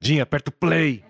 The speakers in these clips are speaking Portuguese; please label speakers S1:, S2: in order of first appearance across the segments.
S1: Dinho, aperta o play.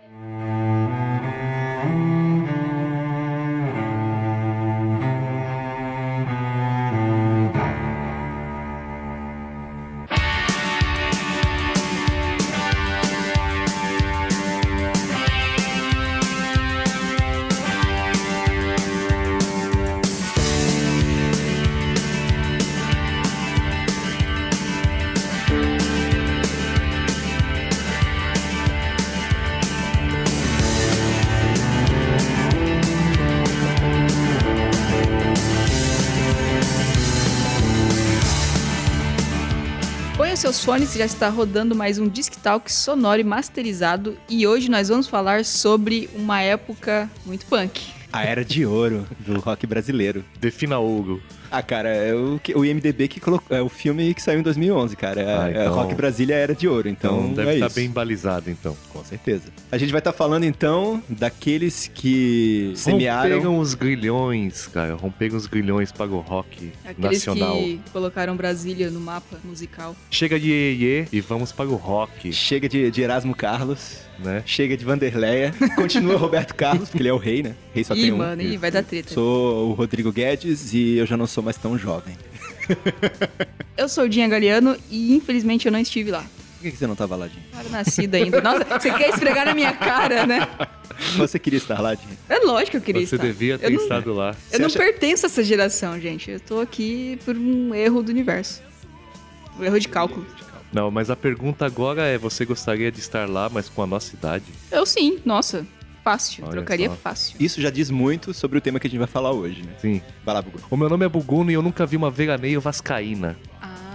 S2: Põe os seus fones, já está rodando mais um Disc Talk sonoro e masterizado. E hoje nós vamos falar sobre uma época muito punk.
S3: A era de ouro do rock brasileiro.
S1: Defina Hugo.
S3: Ah, cara, é o, que- o IMDB que colocou. É o filme que saiu em 2011, cara. É,
S1: Ah,
S3: é
S1: então-
S3: Rock Brasília Era de Ouro,
S1: Então
S3: então.
S1: deve
S3: é
S1: estar
S3: isso.
S1: bem balizado, então.
S3: Com certeza. A gente vai estar falando então daqueles que semearam.
S1: Rompegam os grilhões, cara. Rompegam os grilhões para o rock
S2: Aqueles
S1: nacional.
S2: que colocaram Brasília no mapa musical.
S1: Chega de iê e vamos para o rock,
S3: Chega de, de Erasmo Carlos,
S1: né?
S3: chega de Vanderleia, continua Roberto Carlos, porque ele é o rei, né? Rei só
S2: ih,
S3: tem um.
S2: mano, ih, vai dar treta.
S3: Sou o Rodrigo Guedes e eu já não sou mais tão jovem.
S2: Eu sou o Dinha Galeano e infelizmente eu não estive lá.
S3: Por que que você não tava lá, Dinho?
S2: Não era nascida ainda. Nossa, você quer esfregar na minha cara, né?
S3: Você queria estar lá, Dinho?
S2: É lógico que eu queria
S1: Você
S2: estar.
S1: devia ter
S2: eu não,
S1: estado lá.
S2: Eu não
S3: acha-
S2: pertenço a essa geração, gente. Eu tô aqui por um erro do universo. Um erro de cálculo.
S1: Não, mas a pergunta agora é: você gostaria de estar lá, mas com a nossa idade?
S2: Eu sim, nossa. Fácil.
S1: Olha
S2: trocaria
S1: só.
S2: fácil.
S3: Isso já diz muito sobre o tema que a gente vai falar hoje, né?
S1: Sim.
S3: Vai lá, Bugu.
S1: O meu nome é Buguno e eu nunca vi uma veraneio vascaína.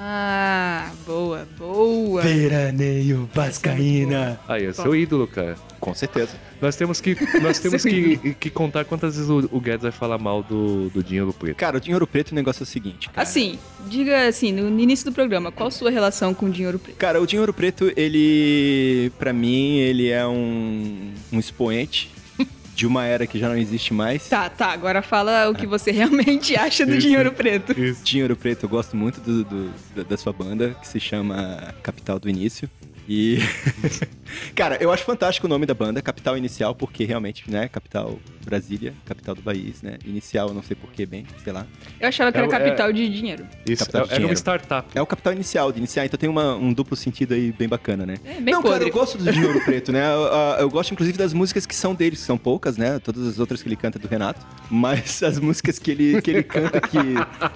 S2: Ah, boa, boa.
S3: Veraneio Vascaína.
S1: Aí, é seu ídolo, cara.
S3: Com certeza.
S1: Nós temos que, nós temos
S2: Seu
S1: que, que contar quantas vezes o, o Guedes vai falar mal do, do Dinheiro Preto.
S3: Cara, o Dinheiro Preto, o negócio é o seguinte, cara.
S2: Assim, diga assim, no início do programa, qual sua relação com o dinheiro preto?
S3: Cara, o Dinheiro Preto, ele, pra mim, ele é um, um expoente de uma era que já não existe mais.
S2: Tá, tá, agora fala o que você realmente acha do
S1: Isso.
S2: dinheiro preto.
S1: Isso.
S3: Dinheiro Preto, eu gosto muito do- do- da, da sua banda, que se chama Capital do Início. E. Cara, eu acho fantástico o nome da banda, Capital Inicial, porque realmente, né? Capital Brasília, capital do país, né? Inicial, eu não sei porquê bem, sei lá.
S2: Eu achava que era
S1: É, é-
S2: capital de dinheiro.
S1: Isso.
S3: Capital de
S1: Era uma
S3: dinheiro.
S1: startup.
S3: É o capital inicial, de iniciar, então tem uma- um duplo sentido aí bem bacana, né?
S2: É, bem
S3: não, cara,
S2: podre.
S3: eu gosto do Dinheiro Preto, né? Eu, eu- eu gosto, inclusive, das músicas que são deles, que são poucas, né? Todas as outras que ele canta é do Renato. Mas as músicas que ele, que ele canta que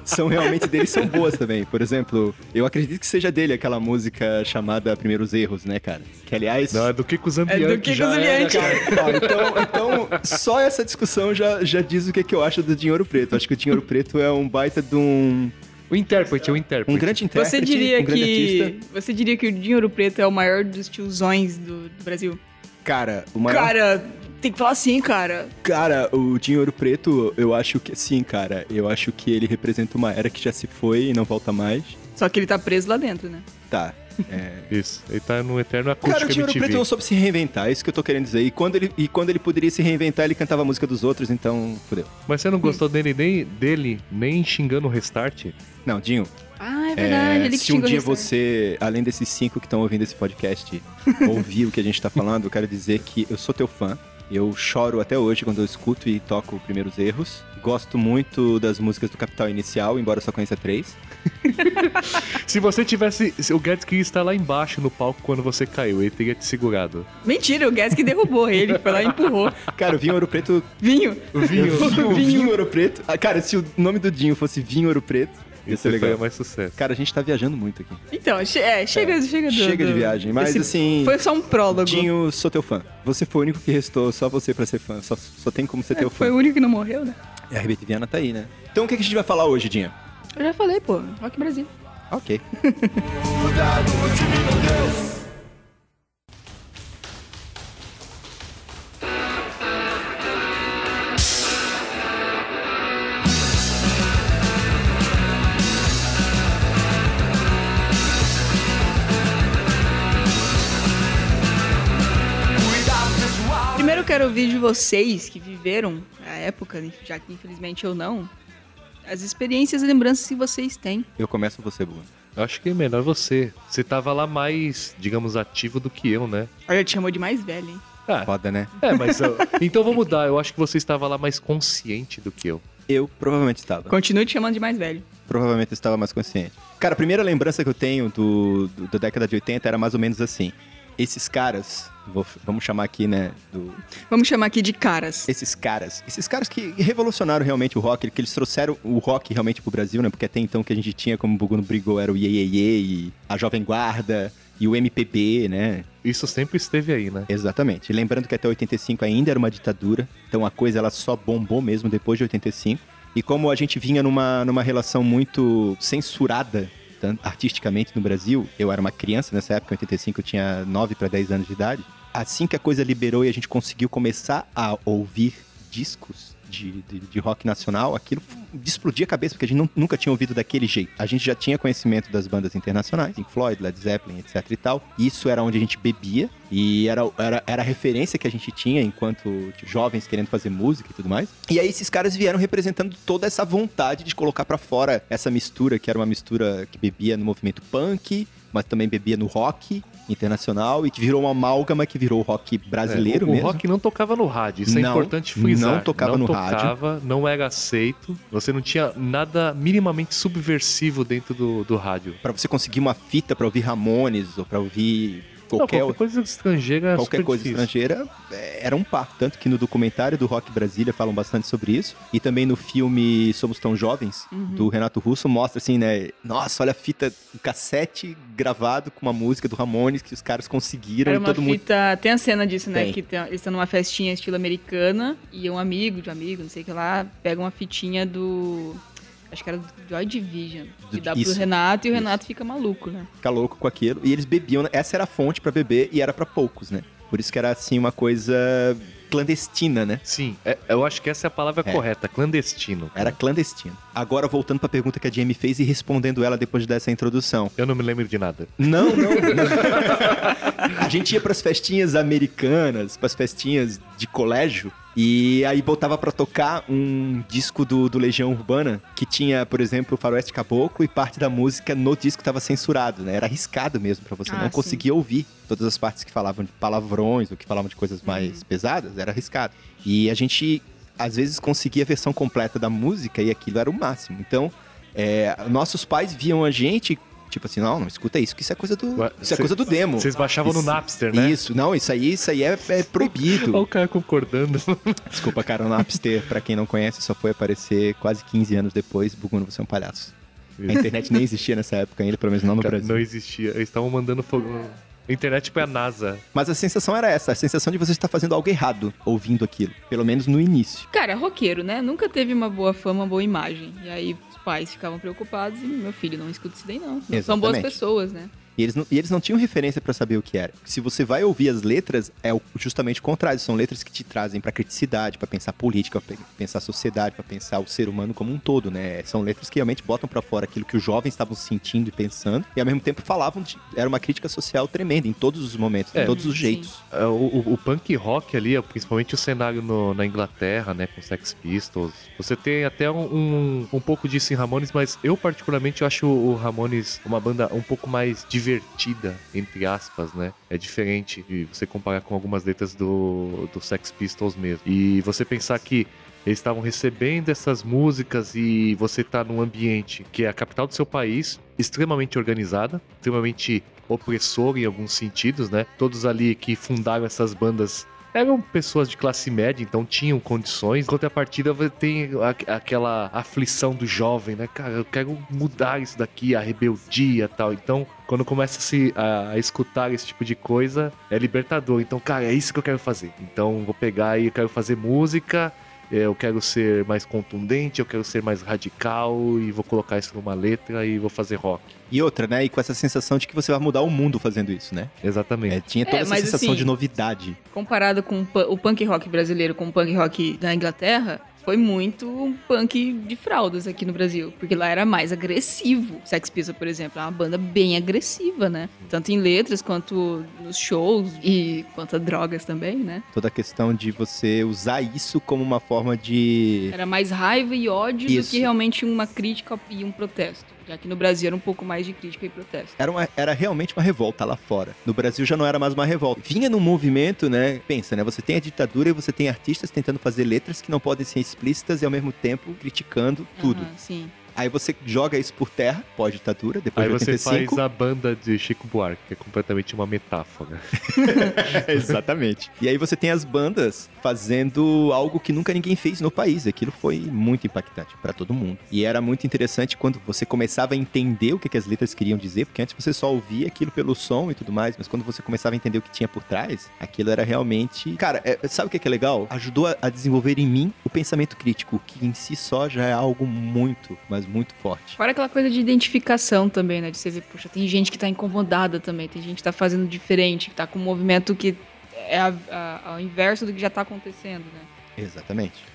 S3: são realmente dele são boas também. Por exemplo, eu acredito que seja dele aquela música chamada Primeiros Erros, né, cara? Que, aliás...
S1: Não, é do Kiko
S2: É
S1: Zambianchi.
S2: do que
S1: já era,
S2: Zuliante.
S1: cara.
S3: Ó, então, então, só essa discussão já, já diz o que, que eu acho do Dinheiro Preto. Acho que o Dinheiro Preto é um baita de um...
S1: O intérprete, é o intérprete.
S3: Um grande intérprete,
S2: Você diria
S3: um grande artista.
S2: que. Você diria que o dinheiro preto é o maior dos tiozões do, do Brasil?
S3: Cara, o maior...
S2: Cara, tem que falar assim, cara.
S3: Cara, o Dinheiro Preto, eu acho que sim, cara. Eu acho que ele representa uma era que já se foi e não volta mais.
S2: Só que ele tá preso lá dentro, né?
S3: Tá.
S1: Isso. Ele tá no eterno acústico
S3: Cara, o Dinheiro
S1: MTV.
S3: Preto não soube se reinventar, é isso que eu tô querendo dizer. E quando ele, e quando ele poderia se reinventar, ele cantava a música dos outros, então fudeu.
S1: Mas você não gostou dele nem, dele nem xingando o restart?
S3: Não, Dinho,
S2: Ah, é verdade,
S3: é,
S2: ele que
S3: se um
S2: xingou
S3: dia
S2: o restaurante.
S3: você, além desses cinco que estão ouvindo esse podcast, ouvir o que a gente tá falando, eu quero dizer que eu sou teu fã. Eu choro até hoje quando eu escuto e toco Primeiros Erros. Gosto muito das músicas do Capital Inicial, embora eu só conheça três.
S1: Se você tivesse. se O Guedes queria estar lá embaixo no palco quando você caiu, ele teria te segurado.
S2: Mentira, o Guess que derrubou ele, foi lá e empurrou.
S3: Cara, o Vinho Ouro Preto
S2: Vinho,
S3: Vinho, vinho, Ouro Preto. Ah, cara, se o nome do Dinho fosse Vinho Ouro Preto, ia
S1: Isso
S3: ser
S1: legal.
S3: legal.
S1: mais sucesso.
S3: Cara, a gente tá viajando muito aqui.
S2: Então, che- é, chega, chega do-
S3: Chega de
S2: do-
S3: viagem, mas
S2: esse-
S3: assim...
S2: Foi só um prólogo.
S3: Dinho, sou teu fã. Você foi o único que restou, só você pra ser fã. Só, só tem como ser
S2: É,
S3: teu
S2: foi
S3: fã.
S2: o único que não morreu, né?
S3: E a RBT Viana tá aí, né? Então o que, que a gente vai falar hoje, Dinho?
S2: Eu já falei, pô, Rock Brasil.
S3: Ok.
S2: Primeiro eu quero ouvir de vocês que viveram a época, né, já que infelizmente eu não, as experiências e lembranças que vocês têm.
S3: Eu começo você, Bruno.
S1: Eu acho que é melhor você. Você tava lá mais, digamos, ativo do que eu, né?
S2: Olha, te chamou de mais velho, hein?
S1: Ah,
S3: Foda, né?
S1: é, mas. eu- Então vou mudar. Eu acho que você estava lá mais consciente do que eu.
S3: Eu provavelmente estava.
S2: Continue te chamando de mais velho.
S3: Provavelmente eu estava mais consciente. Cara, a primeira lembrança que eu tenho do, do- da década de 80 era mais ou menos assim. Esses caras, vou- vamos chamar aqui, né, do,
S2: Vamos chamar aqui de caras.
S3: esses caras, esses caras que revolucionaram realmente o rock, que eles trouxeram o rock realmente pro Brasil, né? Porque até então o que a gente tinha, como o Buguno brigou, era o Iê, Iê, Iê e a Jovem Guarda e o MPB, né?
S1: Isso sempre esteve aí, né?
S3: Exatamente. E Lembrando que até 85 ainda era uma ditadura, então a coisa ela só bombou mesmo depois de 85. E como a gente vinha numa, numa relação muito censurada tan- artisticamente no Brasil, eu era uma criança nessa época, em 85 eu tinha 9 para 10 anos de idade. Assim que a coisa liberou e a gente conseguiu começar a ouvir discos de, de, de rock nacional, aquilo f- de explodir a cabeça, porque a gente nun- nunca tinha ouvido daquele jeito. A gente já tinha conhecimento das bandas internacionais, Pink Floyd, Led Zeppelin, etc e tal. E Isso era onde a gente bebia e era, era, era a referência que a gente tinha enquanto jovens querendo fazer música e tudo mais. E aí esses caras vieram representando toda essa vontade de colocar pra fora essa mistura, que era uma mistura que bebia no movimento punk, mas também bebia no rock internacional e que virou uma amálgama que virou o rock brasileiro
S1: É, o,
S3: mesmo.
S1: O rock não tocava no rádio, isso é
S3: Não,
S1: importante
S3: não
S1: frisar.
S3: tocava
S1: não
S3: no rádio.
S1: tocava, não era aceito. Você não tinha nada minimamente subversivo dentro do, do rádio.
S3: Pra você conseguir uma fita pra ouvir Ramones ou pra ouvir qualquer,
S1: não, qualquer coisa estrangeira é era
S3: qualquer
S1: super
S3: coisa
S1: difícil.
S3: estrangeira é, era um par. Tanto que no documentário do Rock Brasília falam bastante sobre isso. E também no filme Somos Tão Jovens,
S2: Uhum.
S3: do Renato Russo, mostra assim, né? Nossa, olha a fita, o cassete gravado com uma música do Ramones que os caras conseguiram
S2: Era
S3: e
S2: uma
S3: todo mundo.
S2: fita. Tem a cena disso, né?
S3: Tem.
S2: Que tem- eles estão numa festinha estilo americana e um amigo de um amigo, não sei o que lá, pega uma fitinha do. Acho que era do Joy Division.
S3: Do-
S2: e dá pro
S3: isso,
S2: Renato e o
S3: isso.
S2: Renato fica maluco, né?
S3: ficar louco com aquilo. E eles bebiam, né? essa era a fonte pra beber e era pra poucos, né? Por isso que era assim uma coisa clandestina, né?
S1: Sim, é- eu acho que essa é a palavra
S3: É.
S1: correta, clandestino.
S3: Era clandestino. Agora voltando pra pergunta que a Jamie fez e respondendo ela depois dessa introdução.
S1: Eu não me lembro de nada.
S3: Não, não. não. a gente ia pras festinhas americanas, pras festinhas de colégio, e aí botava pra tocar um disco do, do Legião Urbana, que tinha, por exemplo, Faroeste Caboclo, e parte da música no disco estava censurado, né? Era arriscado mesmo pra você.
S2: Ah,
S3: não
S2: sim.
S3: conseguia ouvir todas as partes que falavam de palavrões ou que falavam de coisas mais
S2: Uhum.
S3: pesadas, era arriscado. E a gente, às vezes, conseguia a versão completa da música e aquilo era o máximo. Então, é, nossos pais viam a gente, tipo assim, não, não escuta isso, que isso é coisa do,
S1: Ué,
S3: isso é
S1: cê-
S3: coisa do demo.
S1: Vocês baixavam no
S3: Isso-
S1: Napster, né?
S3: Isso, não, isso aí, isso aí é, é
S1: Olha o
S3: proibido.
S1: cara concordando.
S3: Desculpa, cara, o Napster, pra quem não conhece, só foi aparecer quase 15 anos depois, Buguno, você é um palhaço. A internet nem existia nessa época ainda, pelo menos não no
S1: Cara,
S3: Brasil.
S1: não existia. Eles estavam mandando fogo. A internet foi a NASA.
S3: Mas a sensação era essa, a sensação de você estar fazendo algo errado ouvindo aquilo, pelo menos no início.
S2: Cara, roqueiro, né? Nunca teve uma boa fama, uma boa imagem. E aí os pais ficavam preocupados e meu filho, não escuta isso daí, não. Não São boas
S3: Exatamente.
S2: pessoas, né?
S3: E eles não, e eles não tinham referência pra saber o que era. Se você vai ouvir as letras, é o- justamente o contrário. São letras que te trazem pra criticidade, pra pensar política, pra pe- pensar sociedade, pra pensar o ser humano como um todo, né? São letras que realmente botam pra fora aquilo que os jovens estavam sentindo e pensando, e ao mesmo tempo falavam de, era uma crítica social tremenda em todos os momentos,
S1: É.
S3: em todos os
S2: Sim.
S3: jeitos.
S1: É, O, o- o punk rock ali, é principalmente o cenário no- na Inglaterra, né? Com Sex Pistols. Você tem até um, um, um pouco disso em Ramones, mas eu particularmente acho o Ramones uma banda um pouco mais divertida, entre aspas, né? É diferente de você comparar com algumas letras do, do Sex Pistols mesmo. E você pensar que eles estavam recebendo essas músicas e você tá num ambiente que é a capital do seu país, extremamente organizada, extremamente opressor em alguns sentidos, né? Todos ali que fundaram essas bandas eram pessoas de classe média, então tinham condições. Em contrapartida, vo- tem a- aquela aflição do jovem, né? Cara, eu quero mudar isso daqui, a rebeldia e tal. Então, quando começa a, se, a, a escutar esse tipo de coisa, é libertador. Então, cara, é isso que eu quero fazer. Então, vou pegar e eu quero fazer música, é, eu quero ser mais contundente, eu quero ser mais radical e vou colocar isso numa letra e vou fazer rock.
S3: E outra, né? E com essa sensação de que você vai mudar o mundo fazendo isso, né?
S1: Exatamente.
S3: É, tinha
S2: É,
S3: toda essa
S2: mas
S3: sensação
S2: assim-
S3: de novidade.
S2: Comparado com o pu- o punk rock brasileiro com o punk rock da Inglaterra, foi muito um punk de fraldas aqui no Brasil, porque lá era mais agressivo. Sex Pistols, por exemplo, é uma banda bem agressiva, né? Tanto em letras quanto nos shows e quanto a drogas também, né?
S3: Toda a questão de você usar isso como uma forma de
S2: Era mais raiva e ódio do
S3: Isso.
S2: que realmente uma crítica e um protesto. Já que no Brasil era um pouco mais de crítica e protesto.
S3: Era, uma- era realmente uma revolta lá fora. No Brasil já não era mais uma revolta. Vinha num movimento, né? Pensa, né? Você tem a ditadura e você tem artistas tentando fazer letras que não podem ser explícitas e ao mesmo tempo criticando tudo.
S2: Aham, sim.
S3: Aí você joga isso por terra, pós-ditadura, depois
S1: Aí
S3: de
S1: você
S3: 85.
S1: faz a banda de Chico Buarque, que é completamente uma metáfora.
S3: Exatamente. E aí você tem as bandas fazendo algo que nunca ninguém fez no país. Aquilo foi muito impactante pra todo mundo. E era muito interessante quando você começava a entender o que, que as letras queriam dizer, porque antes você só ouvia aquilo pelo som e tudo mais, mas quando você começava a entender o que tinha por trás, aquilo era realmente. Cara, é- sabe o que, que é legal? Ajudou a, a desenvolver em mim o pensamento crítico, que em si só já é algo muito, mas muito forte.
S2: Fora aquela coisa de identificação também, né? De você ver, poxa, tem gente que tá incomodada também, tem gente que tá fazendo diferente, que tá com um movimento que é a- a- ao inverso do que já tá acontecendo, né?
S3: Exatamente.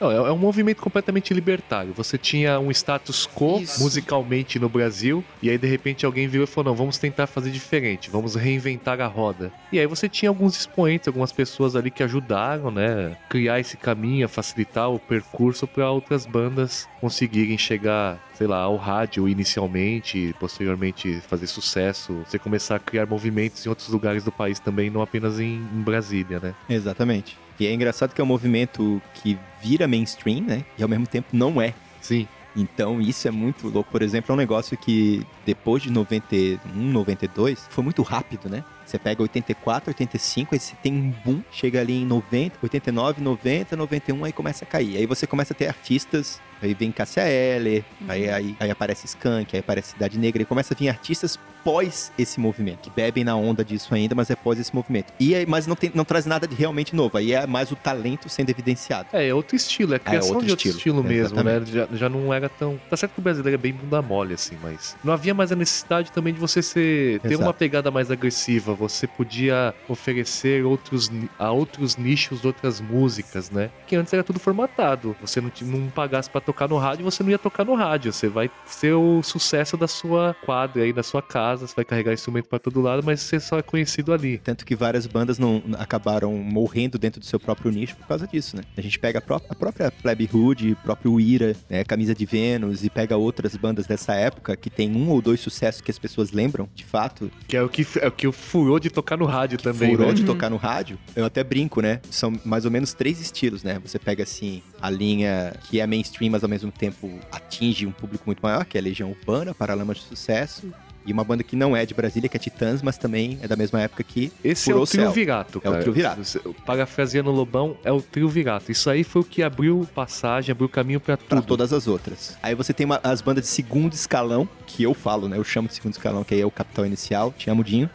S1: Não, é, é um movimento completamente libertário. Você tinha um status quo
S2: Isso.
S1: musicalmente no Brasil, e aí de repente alguém virou e falou: não, vamos tentar fazer diferente, vamos reinventar a roda. E aí você tinha alguns expoentes, algumas pessoas ali que ajudaram, né, criar esse caminho, a facilitar o percurso para outras bandas conseguirem chegar, sei lá, ao rádio inicialmente, e posteriormente fazer sucesso, você começar a criar movimentos em outros lugares do país também, não apenas em- em Brasília, né?
S3: Exatamente. E é engraçado que é um movimento que vira mainstream, né? E ao mesmo tempo não é.
S1: Sim.
S3: Então isso é muito louco. Por exemplo, é um negócio que depois de 91, 92, foi muito rápido, né? Você pega 84, 85, aí você tem um boom, chega ali em 90, 89, 90, 91, aí começa a cair. Aí você começa a ter artistas, aí vem Cássia Eller, aí, aí, aí aparece Skank, aí aparece Cidade Negra, e começa a vir artistas pós esse movimento, que bebem na onda disso ainda, mas é pós esse movimento. E aí, mas não, tem, não traz nada de realmente novo, aí é mais o talento sendo evidenciado.
S1: É, é outro estilo, é a criação
S3: Ah, outro
S1: de outro
S3: estilo,
S1: estilo, mesmo, né? Já, já não era tão. Tá certo que o brasileiro é bem bunda mole, assim, mas. Não havia mais a necessidade também de você ser, ter
S3: Exato.
S1: uma pegada mais agressiva. Você podia oferecer outros, ni- a outros nichos, outras músicas, né? Que antes era tudo formatado. Você não, ti- não pagasse pra tocar no rádio, você não ia tocar no rádio. Você vai ser o sucesso da sua quadra aí, da sua casa, você vai carregar instrumento pra todo lado, mas você só é conhecido ali.
S3: Tanto que várias bandas não acabaram morrendo dentro do seu próprio nicho por causa disso, né? A gente pega a, pró- a própria Plebe Hood, o próprio Ira, né? Camisa de Vênus e pega outras bandas dessa época que tem um ou dois sucessos que as pessoas lembram, de fato,
S1: Que é o que, é o que furou de tocar no rádio também.
S3: furou
S1: né?
S3: de tocar no rádio. Eu até brinco, né? São mais ou menos três estilos, né? Você pega, assim, a linha que é mainstream, mas ao mesmo tempo atinge um público muito maior, que é Legião Urbana, Paralama de Sucesso, e uma banda que não é de Brasília, que é Titãs, mas também é da mesma época que
S1: Esse
S3: Furou
S1: é o
S3: o céu.
S1: trio virato,
S3: É o
S1: cara.
S3: trio virato.
S1: Se- Parafraseando o Lobão, é o trio virato. Isso aí foi o que abriu passagem, abriu caminho pra
S3: pra
S1: tudo.
S3: todas as outras. Aí você tem uma- as bandas de segundo escalão, que eu falo, né? Eu chamo de segundo escalão, que aí é o Capitão Inicial, te amo, Dinho.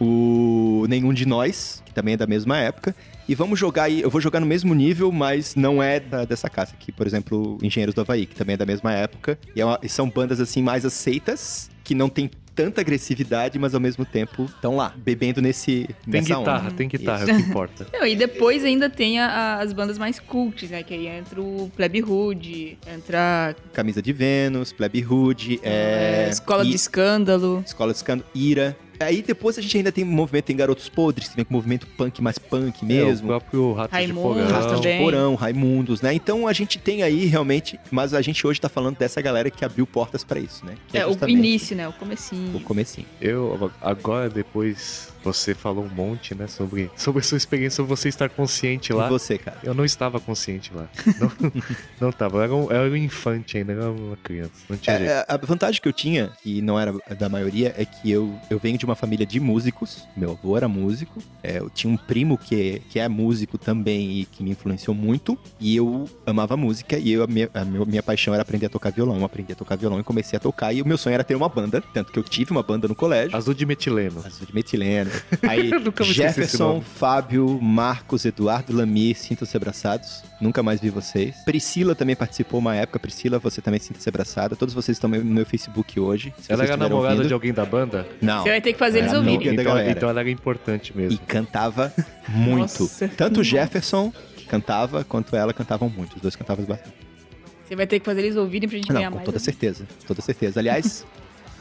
S3: O, o Nenhum de Nós, que também é da mesma época. E vamos jogar aí, eu vou jogar no mesmo nível, mas não é da- dessa casa aqui. Por exemplo, Engenheiros do Havaí, que também é da mesma época. E, é uma- e são bandas, assim, mais aceitas, que não tem tanta agressividade, mas ao mesmo tempo estão lá, bebendo nesse,
S1: Tem
S3: nessa
S1: guitarra,
S3: onda.
S1: tem guitarra,
S3: Isso.
S1: é o que importa.
S2: Não, e depois ainda tem a- a- as bandas mais cults, né? Que aí entra o Plebe Hood, entra
S3: Camisa de Vênus, Plebe Hood,
S2: é,
S3: é...
S2: Escola
S3: e-
S2: do Escândalo.
S3: Escola de Escândalo, Ira. Aí depois a gente ainda tem um movimento em Garotos Podres, que vem com um movimento punk mais punk
S1: É, o
S3: mesmo.
S1: próprio Rato
S2: Raimundo
S1: de
S3: Rasta
S1: Porão.
S2: também.
S3: de Porão, Raimundos, né? Então a gente tem aí realmente, mas a gente hoje tá falando dessa galera que abriu portas pra isso, né? Que
S2: É, o
S3: justamente
S2: início, né? O comecinho.
S3: O comecinho.
S1: Eu, agora, depois, você falou um monte, né, sobre, sobre a sua experiência, sobre você estar consciente lá.
S3: E você, cara?
S1: Eu não estava consciente lá. Não, não estava. Eu era, um, eu era um infante ainda, eu era uma criança. Não tinha
S3: É,
S1: jeito.
S3: é, a vantagem que eu tinha, que não era da maioria, é que eu, eu venho de uma família de músicos. Meu avô era músico. É, eu tinha um primo que, que é músico também e que me influenciou muito. E eu amava música e eu, a, minha, a meu- minha paixão era aprender a tocar violão. Eu aprendi a tocar violão e comecei a tocar. E o meu sonho era ter uma banda, tanto que eu tive uma banda no colégio.
S1: Azul de metileno.
S3: Azul de metileno. Aí,
S1: Nunca me esqueci esse
S3: Jefferson,
S1: nome.
S3: Fábio, Marcos, Eduardo, Lami, sintam-se abraçados. Nunca mais vi vocês. Priscila também participou uma época. Priscila, você também sinta-se abraçada. Todos vocês estão no meu Facebook hoje. se
S1: Ela
S3: vocês
S1: era
S3: estiverem
S1: namorada
S3: ouvindo.
S1: de alguém da banda?
S3: É, Não.
S2: Você vai ter que fazer eles
S3: Era
S2: ouvirem.
S3: amiga da
S1: Então,
S3: galera.
S1: então ela era importante mesmo.
S3: E cantava muito.
S2: Nossa.
S3: Tanto o Jefferson, que cantava, quanto ela cantavam muito. Os dois cantavam bastante.
S2: Você vai ter que fazer eles ouvirem pra gente
S3: Não,
S2: ganhar
S3: com
S2: mais. um.
S3: toda certeza. Toda certeza. Aliás,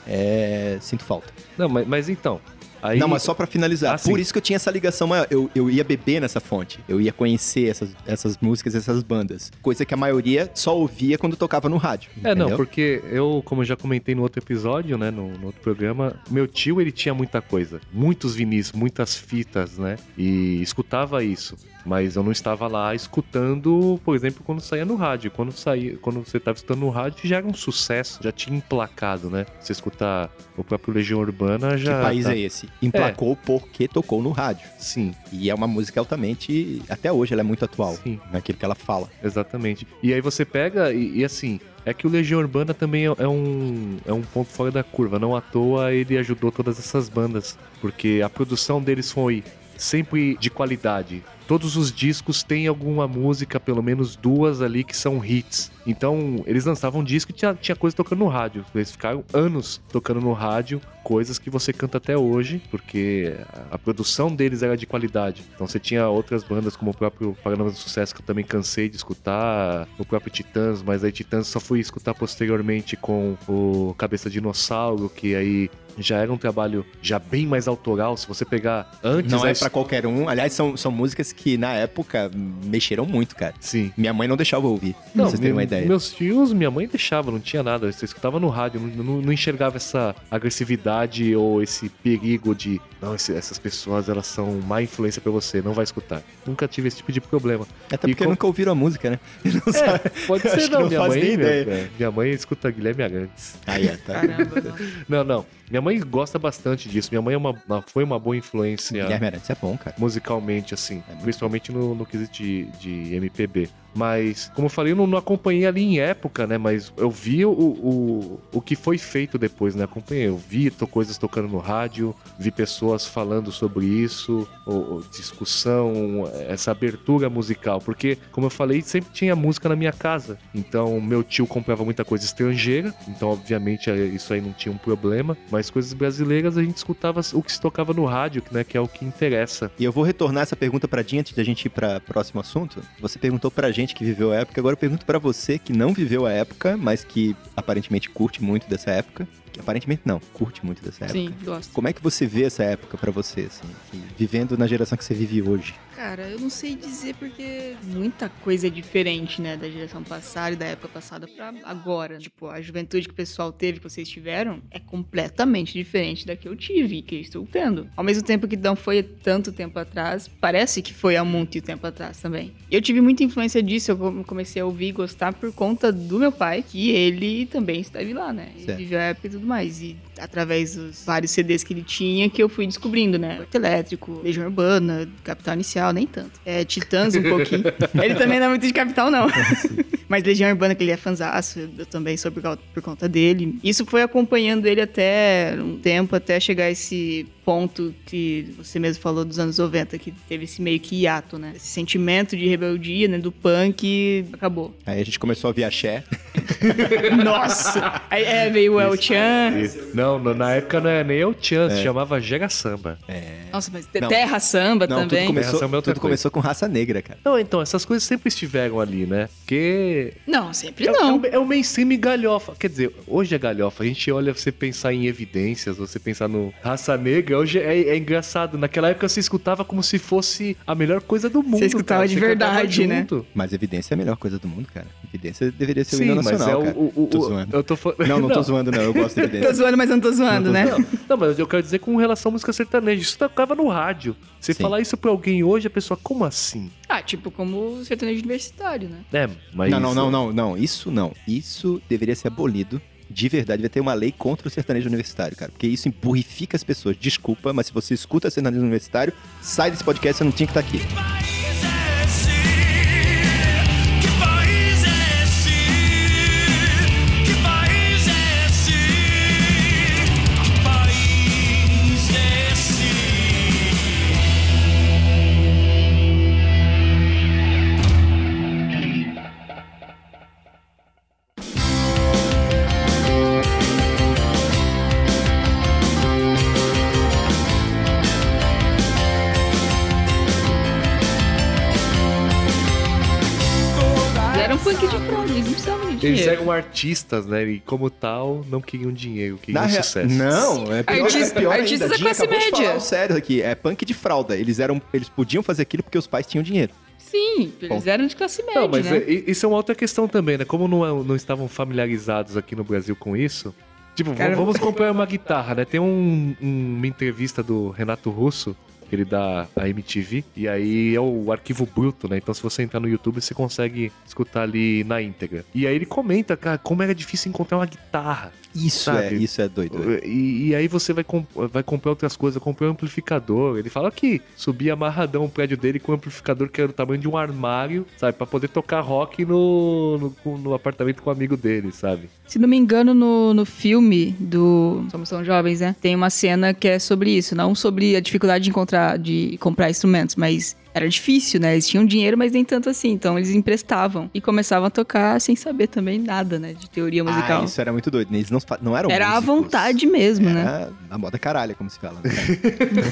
S3: é, sinto falta.
S1: Não, mas, mas então, Aí,
S3: Não, mas só pra finalizar.
S1: Ah, sim.
S3: Por isso que eu tinha essa ligação maior. Eu, eu ia beber nessa fonte. Eu ia conhecer essas, essas músicas, essas bandas. Coisa que a maioria só ouvia quando tocava no rádio.
S1: É, não,
S3: entendeu?
S1: porque eu, como eu já comentei no outro episódio, né, no, no outro programa, meu tio, ele tinha muita coisa. Muitos vinis, muitas fitas, né, e escutava isso. Mas eu não estava lá escutando, por exemplo, quando saía no rádio. Quando, saía, quando você estava escutando no rádio, já era um sucesso, já tinha emplacado, né? Você escutar o próprio Legião Urbana
S3: Que
S1: já...
S3: país
S1: tá-
S3: é esse? Emplacou porque tocou no rádio.
S1: Sim,
S3: E é uma música altamente. Até hoje ela é muito atual.
S1: sim.
S3: Naquilo que ela fala.
S1: Exatamente. E aí você pega e, e assim, é que o Legião Urbana também é, é um, é um ponto fora da curva. Não à toa ele ajudou todas essas bandas, porque a produção deles foi sempre de qualidade. Todos os discos têm alguma música, pelo menos duas ali, que são hits. Então, eles lançavam um disco e tinha, tinha coisa tocando no rádio. Eles ficaram anos tocando no rádio, coisas que você canta até hoje, porque a produção deles era de qualidade. Então você tinha outras bandas como o próprio Paralama do Sucesso, que eu também cansei de escutar, o próprio Titãs, mas aí Titãs só fui escutar posteriormente com o Cabeça Dinossauro, que aí já era um trabalho já bem mais autoral. Se você pegar antes...
S3: Não
S1: a
S3: é
S1: his-
S3: pra qualquer um. Aliás, são, são músicas que na época mexeram muito, cara.
S1: Sim.
S3: Minha mãe não deixava eu ouvir. pra
S1: Não,
S3: vocês terem uma
S1: meu-
S3: ideia.
S1: Meus tios, minha mãe deixava, não tinha nada. Você escutava no rádio, não, não- não enxergava essa agressividade ou esse perigo de, não, esse- essas pessoas elas são má influência pra você, não vai escutar. Nunca tive esse tipo de problema.
S3: Até
S1: e
S3: porque
S1: com-
S3: nunca ouviram a música, né? Não sabe.
S1: Pode
S3: Acho
S1: ser
S3: que
S1: não,
S3: não
S1: minha
S3: faz
S1: mãe,
S3: nem
S1: meu-
S3: ideia.
S1: minha mãe escuta Guilherme Arantes.
S3: Aí, é, tá.
S2: Caramba, não.
S1: Não, não. Minha mãe gosta bastante disso. Minha mãe é uma- uma- foi uma boa influência.
S3: Guilherme Arantes é bom, cara.
S1: musicalmente, assim.
S3: É muito
S1: principalmente no, no quesito de, de MPB. Mas, como eu falei, eu não, não acompanhei ali em época, né? Mas eu vi o, o, o que foi feito depois, né? Acompanhei. Eu vi to- coisas tocando no rádio, vi pessoas falando sobre isso, ou- ou discussão, essa abertura musical. Porque, como eu falei, sempre tinha música na minha casa. Então, meu tio comprava muita coisa estrangeira. Então, obviamente, eh, isso aí não tinha um problema. Mas coisas brasileiras a gente escutava o que se tocava no rádio, né? Que é o que interessa.
S3: E eu vou retornar essa pergunta pra Dinha antes de a gente ir pra próximo assunto. Você perguntou pra gente que viveu a época, agora eu pergunto pra você que não viveu a época, mas que aparentemente curte muito dessa época. Que aparentemente não, curte muito dessa época.
S2: Sim, gosto.
S3: Como é que você vê essa época pra você, assim, que- vivendo na geração que você vive hoje?
S2: Cara, eu não sei dizer porque muita coisa é diferente, né, da geração passada e da época passada pra agora. Tipo, a juventude que o pessoal teve, que vocês tiveram, é completamente diferente da que eu tive e que eu estou tendo. Ao mesmo tempo que não foi tanto tempo atrás, parece que foi há muito tempo atrás também. Eu tive muita influência disso, eu come- comecei a ouvir e gostar por conta do meu pai, que ele também esteve lá, né? Ele
S3: Certo.
S2: viveu a época e tudo mais. E através dos vários CDs que ele tinha, que eu fui descobrindo, né? Porto Elétrico, Legião Urbana, Capital Inicial, nem tanto. É, Titãs um pouquinho. ele também não é muito de Capital, não. Mas Legião Urbana, que ele é fanzaço, eu- eu também sou por, cau- por conta dele. Isso foi acompanhando ele até um tempo, até chegar esse ponto que você mesmo falou dos anos 90, que teve esse meio que hiato, né? Esse sentimento de rebeldia, né? Do punk, acabou.
S3: Aí a gente começou a ouvir axé.
S2: Nossa! Aí, é, veio o El Chan.
S1: E- Não, no- na época não era nem eu Tchan,
S3: É.
S1: se chamava Gera Samba.
S2: Nossa, mas te-
S3: Não.
S2: Terra Samba
S3: Não, tudo
S2: também.
S3: começou,
S1: Essa é uma outra
S3: tudo
S1: coisa.
S3: começou com raça negra, cara.
S1: Não, então, essas coisas sempre estiveram ali, né? Porque
S2: Não, sempre
S1: é,
S2: não.
S1: É, o, é o mainstream e galhofa. Quer dizer, hoje é galhofa. A gente olha você pensar em evidências, você pensar no raça negra, hoje é, é engraçado. Naquela época você escutava como se fosse a melhor coisa do mundo.
S2: escutava
S1: cara.
S2: de
S1: cantava
S2: verdade, né?
S1: junto.
S3: Mas evidência é a melhor coisa do mundo, cara. Evidência deveria ser o
S1: Sim,
S3: hino
S1: mas é
S3: nacional,
S1: o.
S3: cara.
S1: o, o-
S3: Tô
S1: o-
S3: zoando.
S1: eu tô falando.
S3: Não, não tô zoando, não. Eu gosto de
S2: Tô
S3: evidência.
S2: zoando, mas não tô zoando, né?
S1: Não, mas eu quero dizer com relação à música sertaneja. Isso tocava no rádio. Você
S3: Sim.
S1: falar isso pra alguém hoje, a pessoa, como assim?
S2: Ah, tipo como o sertanejo universitário, né?
S1: É, mas.
S3: não, não, não, não, não. Isso não. Isso deveria ser abolido. De verdade, vai ter uma lei contra o sertanejo universitário, cara. Porque isso emburrifica as pessoas. Desculpa, mas se você escuta sertanejo universitário, sai desse podcast, você não tinha que estar aqui.
S4: país é esse? Que país é esse? Que país é esse? Que país é esse?
S1: Então,
S2: punk de fraude, eles não precisavam de dinheiro.
S1: Eles eram artistas, né? E como tal, não queriam dinheiro, queriam
S3: rea-
S1: sucesso.
S3: Não, é pior,
S2: Artista-
S3: é pior ainda.
S2: artistas da
S3: Dinha
S2: classe
S3: acabou de
S2: média.
S3: falar o sério aqui, é punk de fralda. Eles eram, eles podiam fazer aquilo porque os pais tinham dinheiro.
S2: Sim, eles
S3: Bom.
S2: eram de classe média,
S1: Não, mas
S2: né?
S1: é- i- isso é uma outra questão também, né? Como não, é- não estavam familiarizados aqui no Brasil com isso. Tipo, v-
S2: Cara,
S1: vamos comprar uma guitarra, né? Tem um- um- uma entrevista do Renato Russo, que ele dá a MTV, e aí é o arquivo bruto, né? Então se você entrar no YouTube, você consegue escutar ali na íntegra. E aí ele comenta, cara, como era difícil encontrar uma guitarra.
S3: Isso
S1: Sabe?
S3: é, isso é doido.
S1: E, e aí você vai, comp- vai comprar outras coisas, comprar um amplificador. Ele fala que subia amarradão o prédio dele com um amplificador que era do tamanho de um armário, sabe? Pra poder tocar rock no, no, com- no apartamento com o amigo dele, sabe?
S2: Se não me engano, no, no filme do Somos Tão Jovens, né? Tem uma cena que é sobre isso. Não sobre a dificuldade de encontrar, de comprar instrumentos, mas era difícil, né? Eles tinham dinheiro, mas nem tanto assim. Então eles emprestavam e começavam a tocar sem saber também nada, né? De teoria musical.
S3: Ah, isso era muito doido. né? Eles não, fa- não eram
S2: era à
S3: músicos.
S2: vontade mesmo, né?
S3: Era a moda caralha, como se fala. né?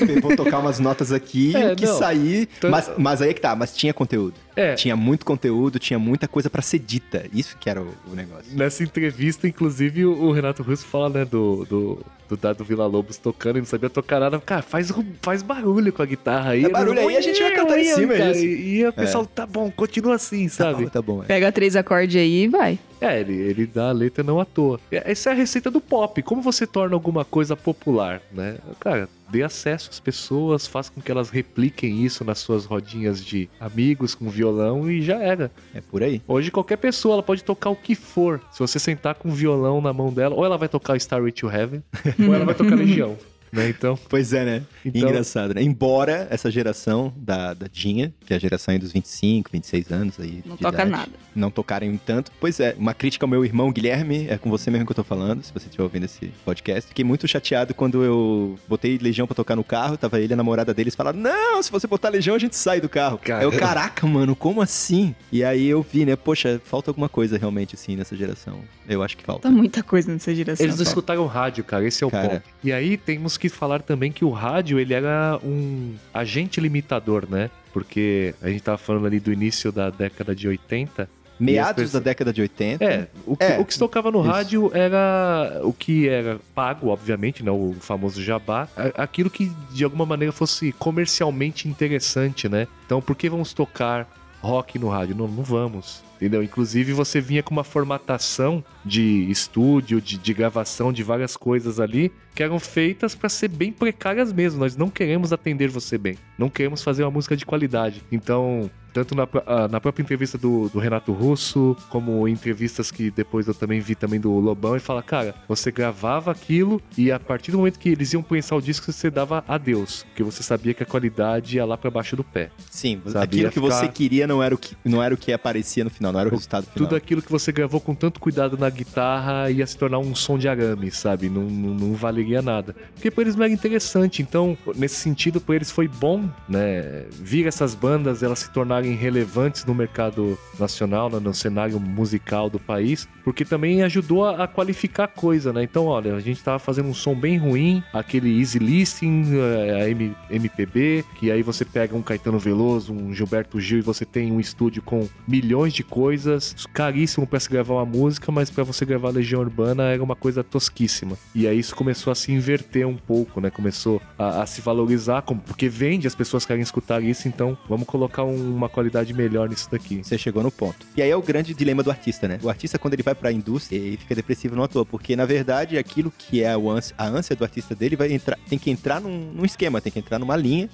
S3: Eu Vou tocar umas notas aqui,
S1: É,
S3: o que
S1: não.
S3: sair.
S1: Tô-
S3: Mas, mas aí é que tá, mas tinha conteúdo.
S1: É.
S3: Tinha muito conteúdo, tinha muita coisa pra ser dita. Isso que era o, o negócio.
S1: Nessa entrevista, inclusive, o o Renato Russo fala, né, do, do, do Dado Vila Lobos tocando, ele não sabia tocar nada. Cara, faz, ru- faz barulho com a guitarra aí.
S3: É barulho aí, a gente vai cantar em cima é
S1: cara.
S3: disso.
S1: E, e o pessoal, tá bom, continua assim, sabe?
S3: Tá bom, tá bom. É.
S2: Pega três acordes aí e vai.
S1: É, ele, ele dá a letra não à toa. E Essa é a receita do pop. Como você torna alguma coisa popular, né? Cara, dê acesso às pessoas, faça com que elas repliquem isso nas suas rodinhas de amigos com violão e já era.
S3: É por aí.
S1: Hoje qualquer pessoa ela pode tocar o que for. Se você sentar com o violão na mão dela, ou ela vai tocar Starway to Heaven, ou ela vai tocar Legião. Né? Então,
S3: Pois é, né?
S1: Então-
S3: Engraçado, né? Embora essa geração da, da Dinha, que é a geração aí dos 25, 26 anos aí.
S2: Não
S3: de
S2: toca
S3: idade,
S2: nada.
S3: Não tocarem tanto. Pois é, uma crítica ao meu irmão Guilherme, é com você mesmo que eu tô falando, se você estiver ouvindo esse podcast. Fiquei muito chateado quando eu botei Legião pra tocar no carro, tava ele e a namorada deles falaram: Não, se você botar Legião a gente sai do carro.
S1: Cara.
S3: Eu, caraca, mano, como assim? E aí eu vi, né? Poxa, falta alguma coisa realmente assim nessa geração. Eu acho que falta.
S2: Tá muita coisa nessa direção.
S1: Eles não escutaram rádio, cara, esse é o
S3: Cara.
S1: ponto. E aí temos que falar também que o rádio, ele era um agente limitador, né? Porque a gente tava falando ali do início da década de 80.
S3: Meados
S1: pessoas-
S3: da década de 80.
S1: É, o que,
S3: É,
S1: o que se tocava no
S3: isso.
S1: rádio era o que era pago, obviamente, né? O famoso jabá. A- Aquilo que de alguma maneira fosse comercialmente interessante, né? Então por que vamos tocar rock no rádio? Não, não vamos. Entendeu? Inclusive você vinha com uma formatação de estúdio, de, de gravação, de várias coisas ali que eram feitas pra ser bem precárias mesmo. Nós não queremos atender você bem. Não queremos fazer uma música de qualidade. Então, tanto na, pró- ah, na própria entrevista do, do Renato Russo, como em entrevistas que depois eu também vi também do Lobão, e fala, cara, você gravava aquilo e a partir do momento que eles iam pensar o disco, você dava adeus, porque você sabia que a qualidade ia lá pra baixo do pé.
S3: Sim,
S1: Sabe,
S3: aquilo
S1: ia
S3: que
S1: ficar-
S3: você queria não era, o que, não era o que aparecia no final, não era o resultado final.
S1: Tudo aquilo que você gravou com tanto cuidado na guitarra ia se tornar um som de arame, sabe? Não, não, não valeria nada. Porque pra eles não era interessante. Então, nesse sentido, pra eles foi bom, né? Vir essas bandas elas se tornarem relevantes no mercado nacional, né? no cenário musical do país, porque também ajudou a, a qualificar a coisa, né? Então, olha, a gente tava fazendo um som bem ruim, aquele easy listening, eh, a M- MPB, que aí você pega um Caetano Veloso, um Gilberto Gil e você tem um estúdio com milhões de coisas, caríssimo pra se gravar uma música, mas pra você gravar Legião Urbana era uma coisa tosquíssima. E aí isso começou a se inverter um pouco, né? Começou a, a se valorizar, como- porque vende, as pessoas querem escutar isso, então vamos colocar um- uma qualidade melhor nisso daqui.
S3: Você chegou no ponto. E aí é o grande dilema do artista, né? O artista, quando ele vai pra indústria, ele fica depressivo não à toa, porque na verdade aquilo que é o ânsia, a ânsia do artista dele vai entrar, tem que entrar num, num esquema, tem que entrar numa linha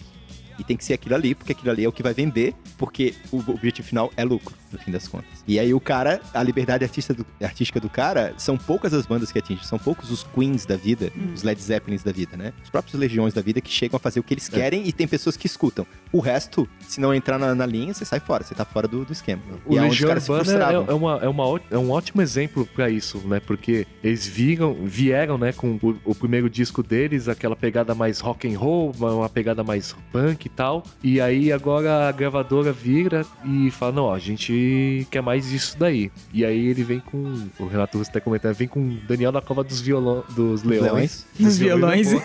S3: e tem que ser aquilo ali, porque aquilo ali é o que vai vender, porque o objetivo final é lucro, no fim das contas. E aí o cara, a liberdade artista do- artística do cara, são poucas as bandas que atingem, são poucos os Queens da vida, os Led Zeppelins da vida, né? Os próprios Legiões da vida que chegam a fazer o
S1: É.
S3: que eles querem e tem pessoas que escutam. O resto, se não entrar na, na linha, você sai fora, você tá fora do, do esquema.
S1: O
S3: é onde os
S1: Legião
S3: caras se
S1: Urbana é,
S3: frustravam.
S1: é uma, é, uma ó- é um ótimo exemplo pra isso, né? Porque eles viram, vieram, né, com o, o primeiro disco deles, aquela pegada mais rock and roll, uma, uma pegada mais punk, e tal. E aí agora a gravadora vira e fala: não, ó, a gente quer mais isso daí. E aí ele vem com. O Renato Russo tá comentando, vem com Daniel na Cova dos Violões. Dos Leões.
S2: Dos violões.
S1: na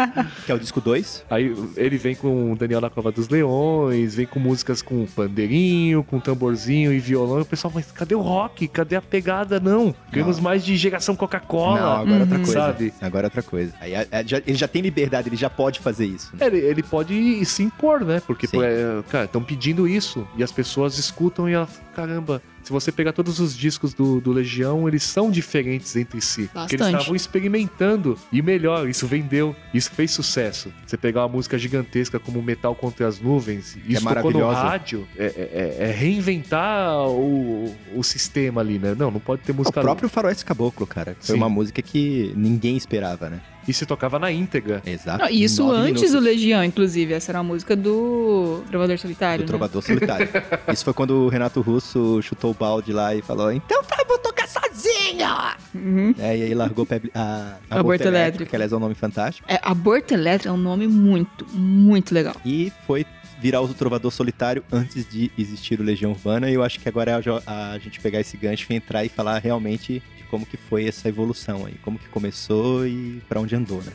S1: Cova.
S3: Que é o disco 2.
S1: Aí ele vem com Daniel na Cova dos Leões, vem com músicas com pandeirinho, com tamborzinho e violão. E o pessoal, mas cadê o rock? Cadê a pegada? Não. Queremos
S3: Não.
S1: mais de geração
S3: Não,
S1: Coca-Cola.
S3: agora é outra coisa.
S1: Uhum. Sabe?
S3: Agora é outra coisa. Aí, é, é, já- ele já tem liberdade, ele já pode fazer isso. né?
S1: É, Ele, ele pode se impor, né? Porque,
S3: Sim.
S1: pô, é, cara, estão pedindo isso. E as pessoas escutam e elas, caramba, se você pegar todos os discos do, do Legião, eles são diferentes entre si. Porque eles
S2: Bastante.
S1: estavam experimentando. E melhor, isso vendeu, isso fez sucesso. Você pegar uma música gigantesca como Metal contra as Nuvens, isso tocou no
S3: É maravilhosa.
S1: rádio, é, é- é- é reinventar o, o sistema ali, né? Não, não pode ter
S3: O
S1: música.
S3: próprio Faroeste Caboclo, cara. Foi
S1: Sim.
S3: uma música que ninguém esperava, né? É
S1: E se tocava na íntegra.
S3: Exato.
S2: Não, e isso
S3: Nove
S2: antes do
S3: minutos
S2: Legião, inclusive. Essa era uma música do Trovador Solitário.
S3: do
S2: né?
S3: Trovador Solitário. Isso foi quando o Renato Russo chutou o balde lá e falou: Então tá, vou tocar sozinho!
S2: Uhum.
S3: É, e aí largou o peb- a, a
S2: Aborto
S3: Elétrico,
S2: Elétrico.
S3: que aliás é um nome fantástico.
S2: É, Aborto Elétrico é um nome muito, muito legal.
S3: E foi virar o Trovador Solitário antes de existir o Legião Urbana. E eu acho que agora é a jo- a, gente pegar esse gancho e entrar e falar realmente de como que foi essa evolução aí. Como que começou e pra onde andou, né?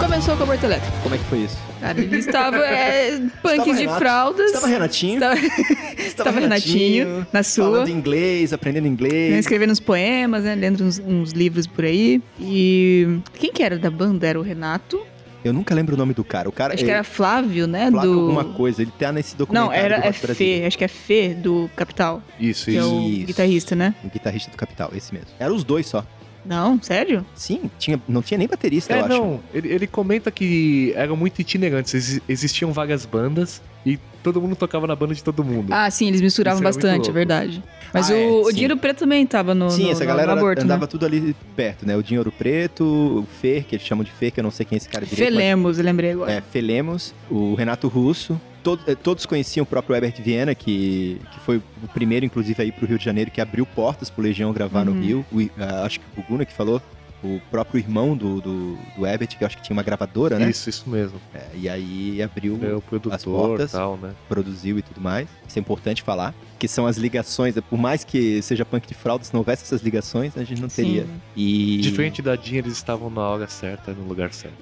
S2: Começou com Aborto Elétrico.
S3: Como é que foi isso?
S2: Cara, ele estava é, punk de
S3: Renato.
S2: fraldas.
S3: Estava Renatinho.
S2: Estava, estava Renatinho, na sua.
S3: Falando inglês, aprendendo
S2: né,
S3: inglês.
S2: Escrevendo uns poemas, né? Lendo uns, uns livros por aí. E quem que era da banda? Era o Renato.
S3: Eu nunca lembro o nome do cara. O cara
S2: Acho que era Flávio, né?
S3: é Flávio
S2: do...
S3: alguma coisa. Ele tá nesse documentário
S2: Não, era
S3: do
S2: é
S3: Rock Brasileiro.
S2: Fê, acho que é Fê do Capital,
S1: Isso,
S2: que é
S1: isso.
S2: o
S3: Isso.
S2: guitarrista, né?
S3: O um guitarrista do Capital, esse mesmo. Eram os dois só.
S2: Não, sério?
S3: Sim, tinha, não tinha nem baterista,
S1: É,
S3: eu acho.
S1: não, ele, ele comenta que eram muito itinerantes, exi- existiam várias bandas e todo mundo tocava na banda de todo mundo.
S2: Ah, sim, eles misturavam
S1: Isso era muito
S2: bastante, é
S1: louco.
S2: verdade. Mas
S3: Ah,
S2: o,
S3: é,
S2: o
S3: sim.
S2: Dinheiro Preto também tava no,
S3: Sim,
S2: no-
S3: essa
S2: no-
S3: galera
S2: no aborto,
S3: andava
S2: né?
S3: tudo ali perto, né? O Dinho Ouro Preto, o Fer, que eles chamam de Fer, que eu não sei quem é esse cara direito. mas-
S2: Felemos, eu lembrei agora.
S3: É, Felemos, o Renato Russo. Todo- eh, todos conheciam o próprio Herbert Viana, que, que foi o primeiro, inclusive, aí pro Rio de Janeiro, que abriu portas pro Legião gravar
S2: Uhum.
S3: no Rio. O i- ah, acho que o Guna que falou. O próprio irmão do, do, do Herbert, que eu acho que tinha uma gravadora, né?
S1: Isso, isso mesmo.
S3: É, e aí abriu
S1: É o produtor e
S3: portas.
S1: tal, né?
S3: produziu e tudo mais. Isso é importante falar. Que são as ligações, né? por mais que seja punk de fralda, se não houvesse essas ligações, a gente não teria.
S2: Sim.
S3: E.
S1: Diferente da Dinha, eles estavam na hora certa, no lugar certo.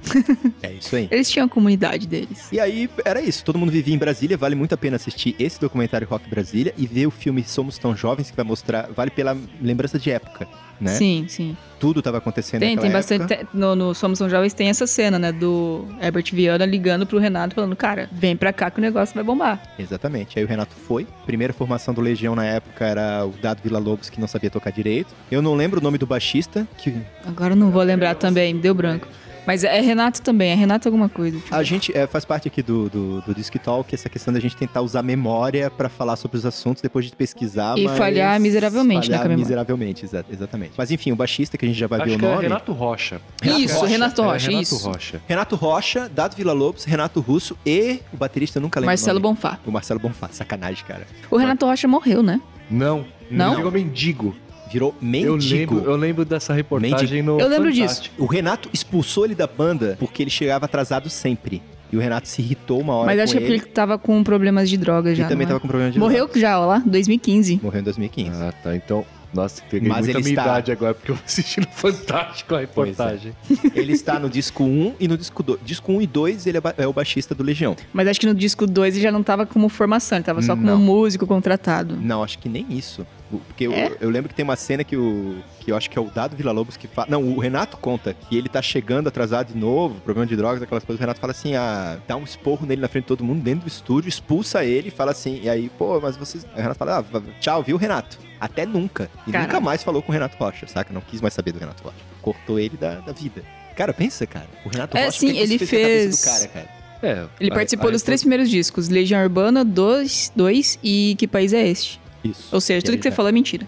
S3: É isso aí.
S2: Eles tinham a comunidade deles.
S3: E aí, era isso. Todo mundo vivia em Brasília. Vale muito a pena assistir esse documentário Rock Brasília e ver o filme Somos Tão Jovens, que vai mostrar. Vale pela lembrança de época, né?
S2: Sim, sim.
S3: Tudo estava acontecendo
S2: Tem, tem
S3: naquela
S2: bastante.
S3: época.
S2: tem- No, no Somos São Jovens tem essa cena, né? Do Herbert Viana ligando pro Renato falando, cara, vem pra cá que o negócio vai bombar.
S3: Exatamente. Aí o Renato foi. Primeira formação do Legião na época era o Dado Vila Lobos, que não sabia tocar direito. Eu não lembro o nome do baixista, que
S2: Agora eu não vou lembrar também, deu branco. Mas é Renato também, é Renato alguma coisa. tipo.
S3: A gente é, faz parte aqui do, do, do Disc Talk, essa questão da gente tentar usar memória pra falar sobre os assuntos depois de pesquisar.
S2: E
S3: mas-
S2: falhar miseravelmente, né,
S3: falhar
S2: com a memória.
S3: miseravelmente, exa- exatamente. Mas enfim, o baixista, que a gente já vai ver
S1: Acho
S3: o
S1: que é
S3: nome.
S1: Renato Rocha.
S2: Isso,
S3: Rocha.
S2: Renato
S1: É,
S2: Rocha,
S1: Renato
S2: isso.
S1: Rocha.
S3: Renato Rocha, Dado Vila Lobos, Renato Russo e o baterista, eu nunca lembro.
S2: Marcelo
S3: o nome.
S2: Bonfá.
S3: O Marcelo Bonfá, sacanagem, cara.
S2: O Renato Rocha morreu, né?
S1: Não,
S2: Não?
S1: Virou mendigo.
S3: Virou mendigo.
S1: Eu lembro, eu lembro dessa reportagem
S3: Mendigo.
S1: no
S2: Eu lembro
S1: Fantástico.
S3: O Renato expulsou ele da banda porque ele chegava atrasado sempre. E o Renato se irritou uma hora
S2: Mas acho que
S3: com
S2: é porque
S3: ele.
S2: ele tava com problemas de droga já.
S3: e também
S2: não é?
S3: tava com problema de
S2: Morreu já, ó lá, 2015.
S3: Morreu em 2015.
S1: Ah, tá. Então, nossa, peguei
S3: Mas
S1: muita
S3: ele
S1: minha
S3: está-
S1: idade agora, porque eu assisti no Fantástico a
S3: Pois é.
S1: reportagem.
S3: Ele está no disco 1 e no disco 2. Disco 1 e 2, ele é, ba- é o baixista do Legião.
S2: Mas acho que no disco 2 ele já não tava como formação, ele tava só como
S3: Não.
S2: músico contratado.
S3: Não, acho que nem isso. O- Porque eu,
S2: É?
S3: eu lembro que tem uma cena que o. que eu acho que é o Dado Vila Lobos que fala. Não, o Renato conta que ele tá chegando atrasado de novo, problema de drogas, aquelas coisas. O Renato fala assim: ah, dá um esporro nele na frente de todo mundo dentro do estúdio, expulsa ele e fala assim. E aí, pô, mas vocês. Aí o Renato fala: ah, va- tchau, viu, Renato? Até nunca. E
S2: Caraca.
S3: nunca mais falou com o Renato Rocha, saca? Não quis mais saber do Renato Rocha. Cortou ele da, da vida. Cara, pensa, cara. O Renato
S2: É,
S3: Rocha o
S2: sim,
S3: que que isso
S2: ele
S3: fez. com a cabeça
S2: fez-
S3: do cara, cara?
S1: É,
S2: Ele
S1: aí-
S2: participou
S1: aí
S2: dos
S1: foi-
S2: três primeiros discos, Legião Urbana 2, 2 e Que País é Este?
S3: Isso.
S2: Ou seja,
S3: E
S2: tudo
S3: aí
S2: que você
S3: já-
S2: falou é mentira.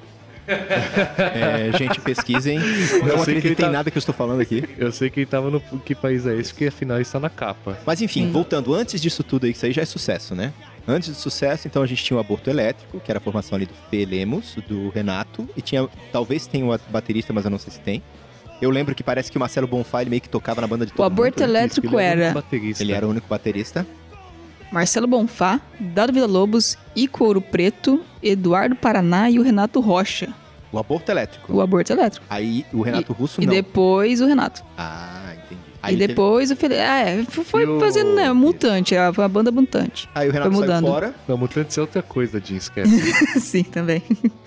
S3: É, gente, pesquisem. Não
S1: sei que ele
S3: acreditem
S1: tá-
S3: em nada que eu estou falando aqui.
S1: Eu sei que ele tava no Que País É Esse, porque afinal ele está na capa.
S3: Mas enfim,
S2: Hum.
S3: voltando, antes disso tudo aí, que isso aí já é sucesso, né? Antes do sucesso, então a gente tinha o Aborto Elétrico, que era a formação ali do Felemos, do Renato, e tinha, talvez tenha o baterista, mas eu não sei se tem. Eu lembro que parece que o Marcelo Bonfá ele meio que tocava na banda de todo
S2: O Aborto
S3: mundo. né?
S1: Isso,
S2: Elétrico
S1: ele um
S2: era
S1: baterista.
S3: Ele era o único baterista.
S2: Marcelo Bonfá, Dado Vila Lobos, Ico Ouro Preto, Eduardo Paraná e o Renato Rocha,
S3: O Aborto Elétrico.
S2: o Aborto Elétrico.
S3: Aí o Renato Russo
S2: E
S3: não.
S2: depois o Renato.
S3: Ah, entendi. Aí,
S2: e
S3: teve-
S2: depois o Felipe. Ah, é, f- foi
S1: E o-
S2: fazendo, né? Mutante, a, a banda Mutante.
S3: aí o Renato
S2: foi
S3: saiu
S2: mudando.
S3: fora.
S1: Não, mutante é outra coisa, Jim, esquece.
S2: Sim, também.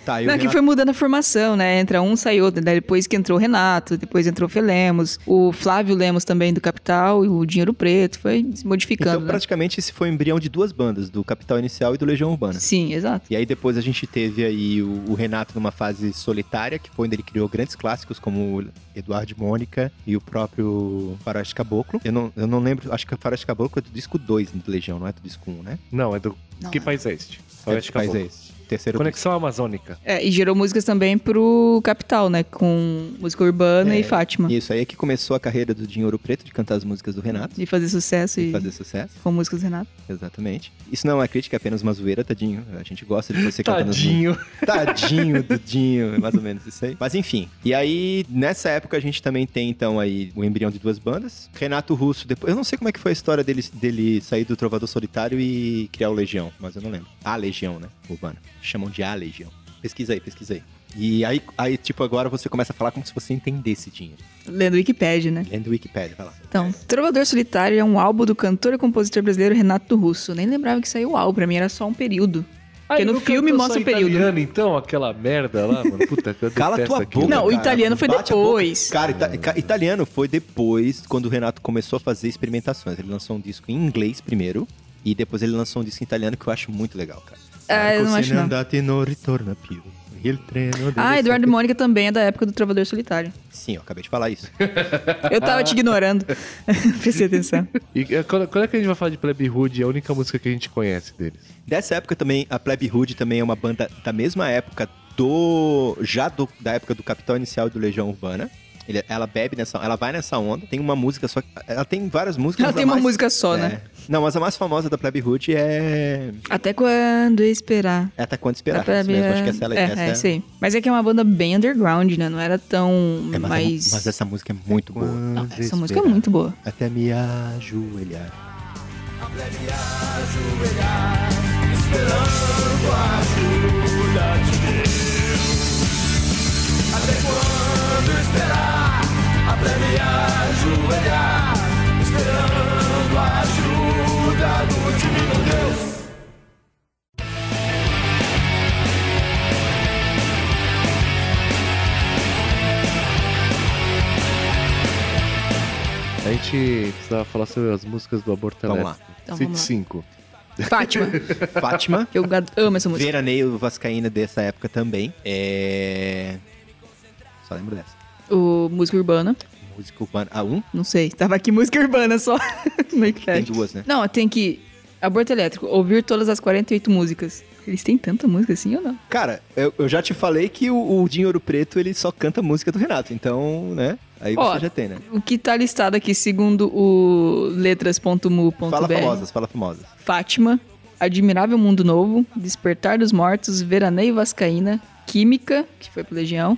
S3: Tá, aí
S2: Não, é
S3: o
S2: que
S3: Renato...
S2: foi mudando a formação, né? Entra um, sai outro. Daí depois que entrou o Renato, depois entrou o Felemos, o Flávio Lemos também do Capital e o Dinheiro Preto. Foi se modificando.
S3: Então,
S2: né?
S3: praticamente, esse foi o embrião de duas bandas, do Capital Inicial e do Legião Urbana.
S2: Sim, exato.
S3: E aí depois a gente teve aí o, o Renato numa fase solitária, que foi onde ele criou grandes clássicos como Eduardo e Mônica e o próprio Faroeste Caboclo. Eu não, eu não lembro, acho que o Faroeste Caboclo é do disco 2 do Legião, não é do disco 1, um, né?
S1: não, é do
S2: Não,
S1: Que
S2: não.
S1: País É Este.
S3: é,
S1: Oeste
S3: do- mas é
S1: Caboclo.
S3: esse. Terceiro
S1: Conexão Amazônica.
S2: É, e gerou músicas também pro Capital, né? Com música urbana
S3: É,
S2: e Fátima.
S3: disco. Isso aí é que começou a carreira do Dinheiro Preto de cantar as músicas do Renato.
S2: De fazer sucesso
S3: E
S2: e,
S3: fazer sucesso,
S2: com músicas do Renato.
S3: exatamente. Isso não é uma crítica, é apenas uma zoeira, tadinho. A gente gosta de você cantando as músicas.
S1: Tadinho.
S3: Tadinho, Dudinho, é mais ou menos isso aí. Mas enfim. E aí, nessa época, a gente também tem, então, aí o embrião de duas bandas. Renato Russo, depois. Eu não sei como é que foi a história dele, dele sair do Trovador Solitário e criar o Legião, mas eu não lembro. A Legião, né? Urbana. Chamam de A Legião. Pesquisa aí, pesquisa aí. E aí, aí, tipo, agora você começa a falar como se você entendesse dinheiro.
S2: Lendo Wikipedia, né?
S3: Lendo Wikipedia, vai lá.
S2: Então, Trovador Solitário é um álbum do cantor e compositor brasileiro Renato Russo. Nem lembrava que saiu o álbum, pra mim era só um período. Porque no filme mostra o período.
S1: Italiano, então, aquela merda lá, mano. Puta, que eu
S3: Cala
S1: detesto
S3: tua
S1: aquilo.
S3: boca.
S2: Não, o
S3: cara.
S2: italiano foi
S3: Bate a boca.
S2: depois.
S3: né? Cara, ita- ca- italiano foi depois, quando o Renato começou a fazer experimentações. Ele lançou um disco em inglês primeiro, e depois ele lançou um disco em italiano que eu acho muito legal, cara.
S2: Ah, eu não acho não.
S3: Andate non ritorna più. Il treno
S2: Ah,
S3: deve
S2: Eduardo
S3: sempre-
S2: Mônica também é da época do Trovador Solitário.
S3: Sim, eu acabei de falar isso.
S2: Eu tava te ignorando. Prestei atenção.
S1: E é, quando, quando é que a gente vai falar de Plebe Hood? É a única música que a gente conhece deles.
S3: Dessa época também, a Plebe Hood também é uma banda da mesma época do. Já do- da época do Capital Inicial e do Legião Urbana. Ele- ela bebe nessa. Ela vai nessa onda. Tem uma música só. Ela tem várias músicas.
S2: Ela
S3: mas a
S2: tem uma
S3: mais-
S2: música só,
S3: É.
S2: né?
S3: Não, mas a mais famosa da Plebe Hood é.
S2: Até quando esperar?
S3: É Até Quando Esperar.
S2: Dá pra
S3: isso mesmo,
S2: ver-
S3: acho que essa ela-
S2: é,
S3: essa
S2: é, isso aí. Mas é que é uma banda bem underground, né? Não era tão
S3: É, mas, é mu-
S2: mais...
S3: mas essa música é muito boa.
S2: Não,
S1: Quando
S2: essa música é
S1: esperar.
S2: muito boa.
S3: Até me ajoelhar.
S1: A gente precisava falar sobre as músicas do Aborto
S3: Vamos
S1: Elétrico.
S2: Então,
S1: Cite
S2: vamos lá.
S1: cinco.
S2: Fátima,
S3: Fátima.
S2: que eu amo essa música.
S3: Veraneio Vascaína dessa época também. É. Só lembro dessa.
S2: O Música Urbana.
S3: Música urbana. A um?
S2: Não sei, tava aqui música urbana só. no
S3: Tem
S2: Wikipedia.
S3: duas, né?
S2: Não, tem que. Aborto elétrico, ouvir todas as 48 músicas. Eles têm tanta música assim ou não?
S3: Cara, eu, eu já te falei que o, o Dinheiro Preto ele só canta música do Renato. Então, né? Aí
S2: Ó,
S3: você já tem, né?
S2: O que tá listado aqui, segundo o letras.mu.br,
S3: Fala famosas, fala famosas.
S2: Fátima, Admirável Mundo Novo, Despertar dos Mortos, Veraneio Vascaína, Química, que foi pro Legião,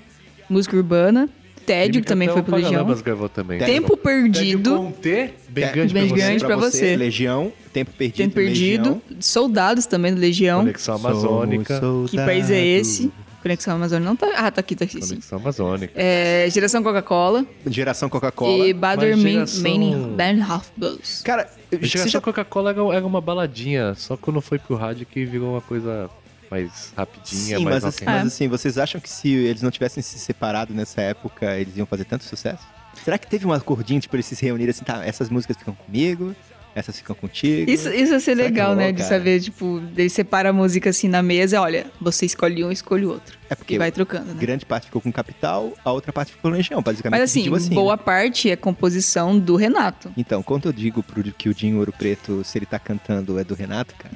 S2: Música Urbana, Tédio, que
S3: tá
S2: também foi
S3: um
S2: pro Legião,
S1: Mas um gravou também.
S3: Tédio.
S2: Tempo Perdido,
S1: Com T, bem
S3: É,
S1: grande
S2: bem
S1: pra você.
S2: grande. pra você.
S3: Legião, Tempo Perdido.
S2: Tempo Perdido,
S3: Legião.
S2: Soldados também do Legião,
S1: Conexão Amazônica.
S3: Somos
S2: que país é esse?
S3: soldados.
S2: Conexão Amazônia não tá... Ah, tá aqui, tá aqui, sim.
S1: Conexão Amazônica.
S2: É, Geração Coca-Cola,
S3: Geração Coca-Cola.
S2: E Bader
S1: Mas
S2: Man-
S1: geração-
S2: Man- Manhoff Blues.
S3: Cara,
S1: Chega
S3: você
S1: só
S3: já...
S1: Coca-Cola era, um, era uma baladinha, só quando foi pro rádio que virou uma coisa mais rapidinha,
S3: Sim,
S1: mais
S3: mas, assim,
S1: rock and roll.
S2: É.
S3: mas assim, vocês acham que se eles não tivessem se separado nessa época, eles iam fazer tanto sucesso? Será que teve um acordinho, tipo, eles se reuniram assim, tá, essas músicas ficam comigo, Essas ficam contigo.
S2: Isso, isso ia ser
S3: Será que
S2: legal,
S3: rolou,
S2: né? De
S3: cara?
S2: saber, tipo, daí separa a música assim na mesa, olha, você escolhe um, escolhe o outro.
S3: É
S2: E
S3: porque
S2: vai trocando, né?
S3: grande parte ficou com capital, a outra parte ficou com legião, basicamente.
S2: Mas
S3: a gente
S2: assim,
S3: dividiu né?
S2: boa parte é composição do Renato.
S3: Então, quando eu digo pro que o Dinho Ouro Preto, se ele tá cantando, é do Renato, cara,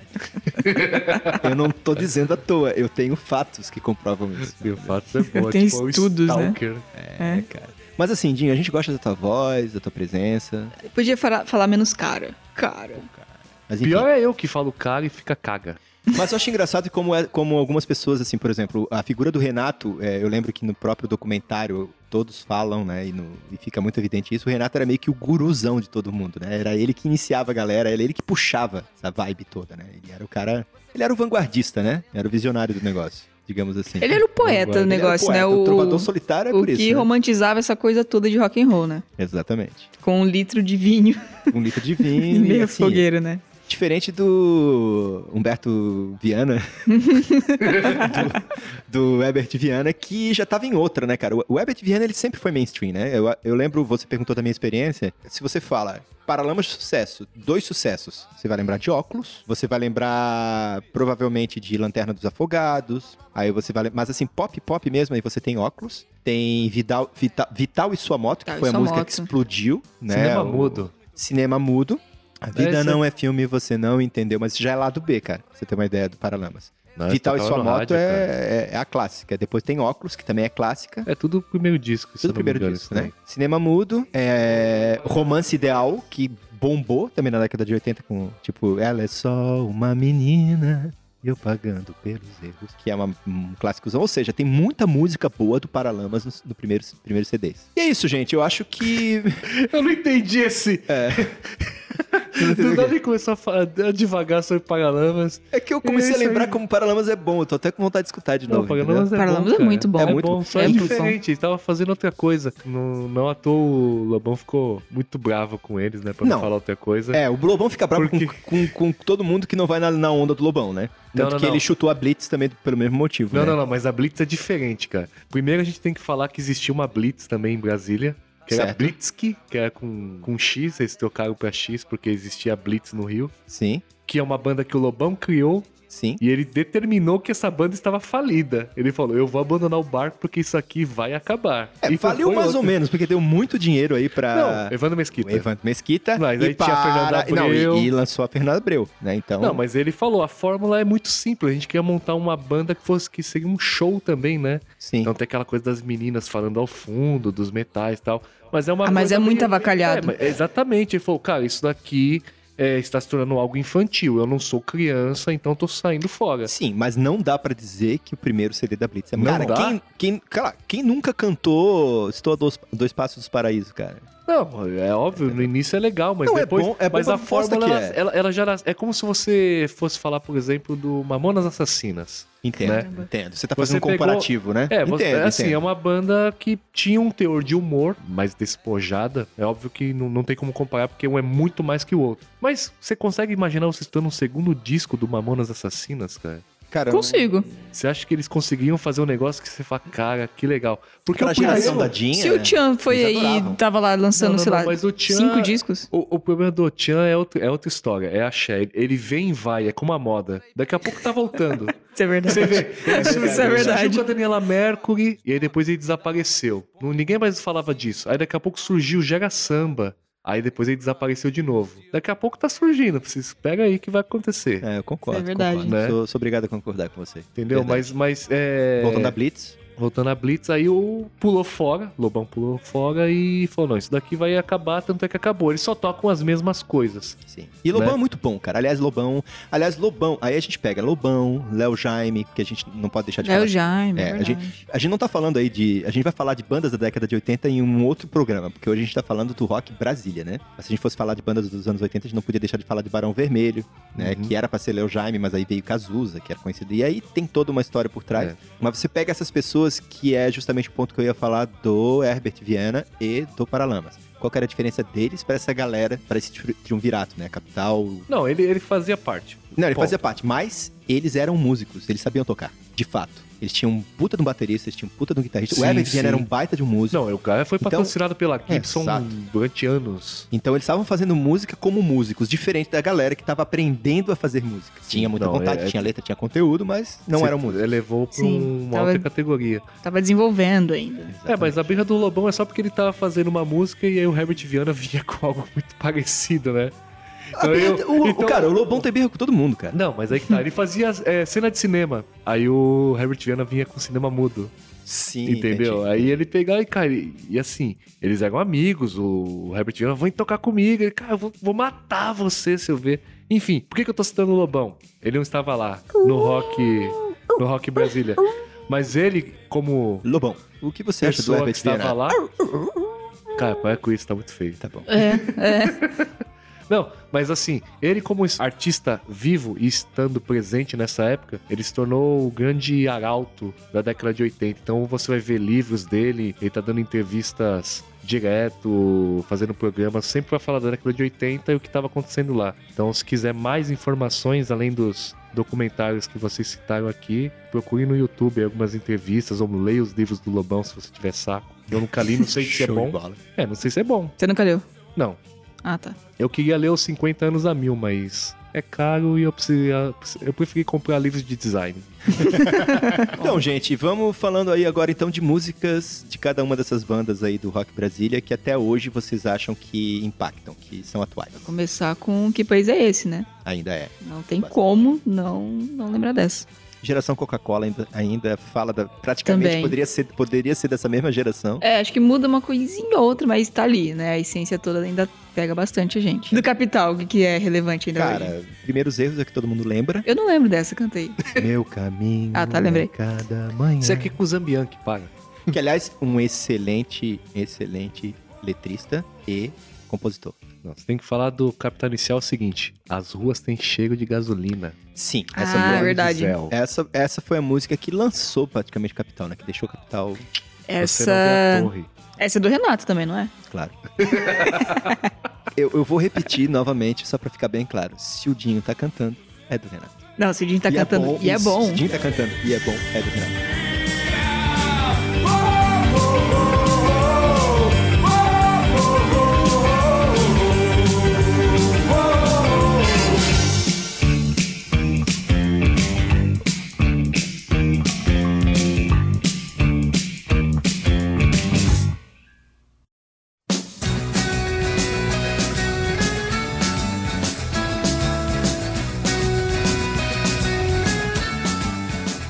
S3: eu não tô dizendo à toa, eu tenho fatos que comprovam isso.
S1: E o fato é bom, é
S2: Tem
S1: tipo o
S2: estudos, né?
S1: Stalker.
S3: É, cara. Mas assim, Dinho, a gente gosta da tua voz, da tua presença.
S2: Podia fala- falar, menos cara. Cara.
S3: Mas, enfim.
S1: Pior é eu que falo cara e fica caga.
S3: Mas eu acho engraçado como, é- como algumas pessoas, assim, por exemplo, a figura do Renato, é, eu lembro que no próprio documentário todos falam, né, e, no- e fica muito evidente isso, o Renato era meio que o guruzão de todo mundo, né? Era ele que iniciava a galera, era ele que puxava essa vibe toda, né? Ele era o cara... Ele era o vanguardista, né? Era o visionário do negócio, digamos assim.
S2: Ele era o poeta do
S3: Ele era
S2: negócio,
S3: poeta,
S2: né?
S3: O trovador
S2: O,
S3: solitário é
S2: o
S3: por
S2: que
S3: isso, né?
S2: romantizava essa coisa toda de rock and roll, né?
S3: Exatamente.
S2: Com um litro de vinho
S3: Um litro de
S2: e
S3: vinho e,
S2: meia
S3: assim,
S2: fogueira, né?
S3: Diferente do Humberto Viana, do, do Herbert Viana, que já tava em outra, né, cara? O- O Herbert Viana, ele sempre foi mainstream, né? Eu, eu lembro, você perguntou da minha experiência, se você fala Paralamas de sucesso, dois sucessos, você vai lembrar de Óculos, você vai lembrar provavelmente de Lanterna dos Afogados, aí você vai... lem- Mas assim, pop, pop mesmo, aí você tem Óculos, tem Vidal, Vital, Vital e Sua Moto, que
S2: Vital e
S3: foi a
S2: Sua
S3: música
S2: Moto.
S3: que explodiu, né?
S1: Cinema
S3: O-
S1: mudo.
S3: cinema mudo. A vida
S1: Essa-
S3: não é filme, você não entendeu, mas já é lado B, cara. pra Você tem uma ideia do Paralamas.
S1: Não,
S3: Vital e
S1: eu tocava tá
S3: sua
S1: no
S3: moto
S1: rádio, cara.
S3: é, é- é a clássica. Depois tem óculos, que também é clássica.
S1: É tudo o primeiro disco, se eu
S3: Tudo
S1: não
S3: primeiro
S1: me engano, isso
S3: disso, né?
S1: daí.
S3: Cinema mudo, é, romance ideal, que bombou também na década de 80 com, tipo, ela é só uma menina, eu pagando pelos erros, que é uma, um clássicozão. Ou seja, tem muita música boa do Paralamas no, no primeiro, primeiro CDs. E é isso, gente. Eu acho que...
S1: Eu não entendi esse.
S3: É.
S1: Do nada ele começou a falar devagar sobre Paralamas.
S3: É que eu comecei
S1: É
S3: a
S1: isso
S3: lembrar
S1: aí.
S3: como Paralamas é bom, eu tô até com vontade de escutar de
S1: Não,
S3: novo. entendeu?
S1: Paralamas é
S2: Paralamas
S1: bom,
S2: é
S1: cara.
S2: muito bom.
S1: É,
S3: É muito
S1: bom,
S3: bom.
S1: só é,
S2: É muito
S1: diferente. Ele tava fazendo outra coisa. Não, não à toa o Lobão ficou muito bravo com eles, né? Pra não,
S3: Não.
S1: falar outra coisa.
S3: É, o Lobão fica bravo com,
S1: Porque-
S3: com, com todo mundo que não vai na, na onda do Lobão, né?
S1: Não,
S3: Tanto
S1: não,
S3: que
S1: não.
S3: ele chutou a Blitz também pelo mesmo motivo.
S1: Não,
S3: né?
S1: não, não, mas a Blitz é diferente, cara. Primeiro a gente tem que falar que existia uma Blitz também em Brasília, que era a
S3: Certo.
S1: Blitzky, que era com, com X, eles trocaram pra X porque existia a Blitz no Rio,
S3: Sim,
S1: que é uma banda que o Lobão criou
S3: sim.
S1: e ele determinou que essa banda estava falida. Ele falou: eu vou abandonar o barco porque isso aqui vai acabar.
S3: É,
S1: E
S3: faliu
S1: foi
S3: mais ou
S1: outro.
S3: menos, porque deu muito dinheiro aí pra...
S1: Não, Evandro Mesquita.
S3: o Evandro Mesquita
S1: Mas
S3: e
S1: aí tinha a Fernanda
S3: para- não, e-
S1: Abreu.
S3: e, lançou a Fernanda Abreu, né? Então,
S1: Não, mas ele falou, a fórmula é muito simples, a gente queria montar uma banda que fosse que seria um show também, né?
S3: sim.
S1: Então tem aquela coisa das meninas falando ao fundo, dos metais e tal. Mas é uma
S2: Ah, mas
S1: coisa
S2: é muito
S1: meio-
S2: avacalhado.
S1: É, mas- exatamente. Ele falou, cara, isso daqui é, está se tornando algo infantil. Eu não sou criança, então tô saindo fora.
S3: Sim, mas não dá pra dizer que o primeiro CD da Blitz é
S1: Não
S3: Cara,
S1: dá?
S3: Quem, quem, cara, quem nunca cantou Estou a dois, dois Passos do Paraíso, cara?
S1: Não, é óbvio, no início é legal, mas
S3: Não, é
S1: depois.
S3: bom- é bom
S1: mas
S3: pra
S1: a
S3: bosta
S1: fórmula,
S3: que
S1: ela,
S3: é.
S1: ela- ela já. nas- É como se você fosse falar, por exemplo, do Mamonas Assassinas.
S3: Entendo,
S1: Né?
S3: entendo. Você tá
S1: Você
S3: fazendo um
S1: pegou-
S3: comparativo, né?
S1: É, você,
S3: Entendo,
S1: assim,
S3: entendo.
S1: é uma banda que tinha um teor de humor mais despojada. É óbvio que não, não tem como comparar, porque um é muito mais que o outro. Mas você consegue imaginar você estando no segundo disco do Mamonas Assassinas, cara?
S3: Cara,
S2: Consigo.
S1: Você acha que eles conseguiam fazer um negócio que você fala, cara, que legal. Porque
S3: Aquela
S1: o primeiro-
S3: geração da Dinha.
S2: Se o Tchan foi
S3: né? Eles
S2: aí
S3: adoravam.
S2: e tava lá lançando,
S1: Não, não,
S2: sei
S1: não,
S2: lá,
S1: mas o Tchan-
S2: cinco discos.
S1: O, o problema do Tchan é, outro- é outra história, é axé. Ele- Ele vem e vai, é como a moda. Daqui a pouco tá voltando.
S2: Isso é verdade.
S1: Você vê, ele surgiu-
S2: Isso é
S1: ele
S2: verdade.
S1: surgiu com a Daniela Mercury e aí depois ele desapareceu. Não- Ninguém mais falava disso. Aí daqui a pouco surgiu o Gera Samba. Aí depois ele desapareceu de novo. Daqui a pouco tá surgindo. Vocês pega aí que vai acontecer.
S3: É, eu concordo.
S2: É verdade.
S3: concordo.
S1: Né?
S3: Sou, sou obrigado a concordar com você.
S1: Entendeu?
S3: Verdade.
S1: Mas, mas é...
S3: Voltando à Blitz.
S1: voltando a Blitz, aí o pulou fora, Lobão pulou fora e falou, não, isso daqui vai acabar, tanto é que acabou. Eles só tocam as mesmas coisas.
S3: Sim. E Lobão
S1: Né?
S3: é muito bom, cara. Aliás, Lobão. Aliás, Lobão. Aí a gente pega Lobão, Léo Jaime, que a gente não pode deixar de
S2: É
S3: falar.
S2: o Jaime,
S3: É,
S2: é,
S3: a
S2: verdade.
S3: A gente não tá falando aí de. A gente vai falar de bandas da década de 80 em um outro programa, porque hoje a gente tá falando do rock Brasília, né? Mas se a gente fosse falar de bandas dos anos 80, a gente não podia deixar de falar de Barão Vermelho, né?
S1: Uhum.
S3: Que era pra ser Léo Jaime, mas aí veio Cazuza, que era conhecido. E aí tem toda uma história por trás.
S1: É.
S3: Mas você pega essas pessoas que é justamente o ponto que eu ia falar do Herbert Viana e do Paralamas. qual que era a diferença deles pra essa galera, pra esse tri- triunvirato, né? Capital.
S1: Não, ele, ele fazia parte.
S3: Não, ele
S1: Ponto.
S3: fazia parte, mas eles eram músicos, eles sabiam tocar, de fato. Eles tinham um puta de um baterista, eles tinham um puta de um guitarrista.
S1: Sim,
S3: o Evan Jean
S1: sim.
S3: era um baita de um músico.
S1: Não, o cara foi
S3: Então-
S1: patrocinado pela Gibson
S3: exato.
S1: durante anos.
S3: Então eles estavam fazendo música como músicos, diferente da galera que tava aprendendo a fazer música. Tinha muita
S1: não,
S3: vontade,
S1: é-
S3: tinha letra, tinha conteúdo, mas não um
S1: Se
S3: eram músicos.
S1: Elevou pra
S2: Sim,
S1: uma
S2: tava-
S1: outra categoria.
S2: Tava desenvolvendo ainda.
S1: É, mas a briga do Lobão é só porque ele tava fazendo uma música e aí o Herbert Viana vinha com algo muito parecido, né? Então eu-
S3: Ah, o, o-
S1: então-
S3: cara, o Lobão tem birra com todo mundo, cara.
S1: Não, mas aí que tá. Ele fazia é, cena de cinema. Aí o Herbert Viana vinha com cinema mudo.
S3: Sim,
S1: Entendeu?
S3: entendi.
S1: Aí ele pegava e, cara, e, e assim, eles eram amigos, o Herbert Viana, vem tocar comigo, ele, cara, eu vou, vou matar você se eu ver. Enfim, por que, que eu tô citando o Lobão? Ele não estava lá, no rock, no rock Brasília. Mas ele, como
S3: Lobão, o que você acha do
S1: pessoa que
S3: Herbert
S1: estava
S3: Viana?
S1: lá... Cara, para com isso, tá muito feio.
S3: Tá bom.
S2: É.
S1: Não, mas assim, ele como es- artista vivo e estando presente nessa época, ele se tornou o grande arauto da década de 80. Então você vai ver livros dele, ele tá dando entrevistas direto, fazendo programas sempre pra falar da década de 80 e o que tava acontecendo lá. Então se quiser mais informações além dos documentários que vocês citaram aqui, procure no YouTube algumas entrevistas ou leia os livros do Lobão se você tiver saco. Eu nunca li, não sei se é
S3: Show de
S1: bom.
S3: bola.
S1: É, não sei se é bom.
S2: Você nunca leu?
S1: Não.
S2: Ah, tá.
S1: Eu queria ler os 50 anos a mil, mas é caro e eu preferia, eu preferi comprar livros de design.
S3: Então, gente, vamos falando aí agora então de músicas de cada uma dessas bandas aí do Rock Brasília que até hoje vocês acham que impactam, que são atuais.
S2: Começar com que país é esse, né?
S3: Ainda é.
S2: Não tem
S3: Vai.
S2: como não, não lembrar dessa.
S3: Geração Coca-Cola ainda, ainda fala da. Praticamente
S2: Também.
S3: poderia ser, poderia ser dessa mesma geração.
S2: É, acho que muda uma coisinha ou outra, mas tá ali, né? A essência toda ainda pega bastante a gente. Do Capital, o que que é relevante ainda hoje?
S3: Cara, primeiros erros é que todo mundo lembra.
S2: Eu não lembro dessa, cantei.
S3: Meu caminho.
S2: Ah, tá, lembrei.
S3: é Cada manhã.
S1: Isso aqui é com o Zambian que paga.
S3: Que, aliás, um excelente, excelente letrista e compositor.
S1: Não, você tem que falar do capital inicial é o seguinte: as ruas têm cheiro de gasolina.
S3: Sim,
S2: Ah,
S3: música-
S1: Cheiro de
S2: verdade.
S1: diesel.
S3: Essa, essa foi a música que lançou praticamente Capital, né? Que deixou Capital,
S1: Você não vê a
S2: Essa.
S1: torre.
S2: Essa é do Renato também, não é?
S3: claro. eu, eu vou repetir novamente, só pra ficar bem claro. Se o Dinho tá cantando, é do Renato.
S2: Não, o Cidinho tá cantando. e é bom.
S3: Se o Dinho tá cantando e é bom, é do Renato.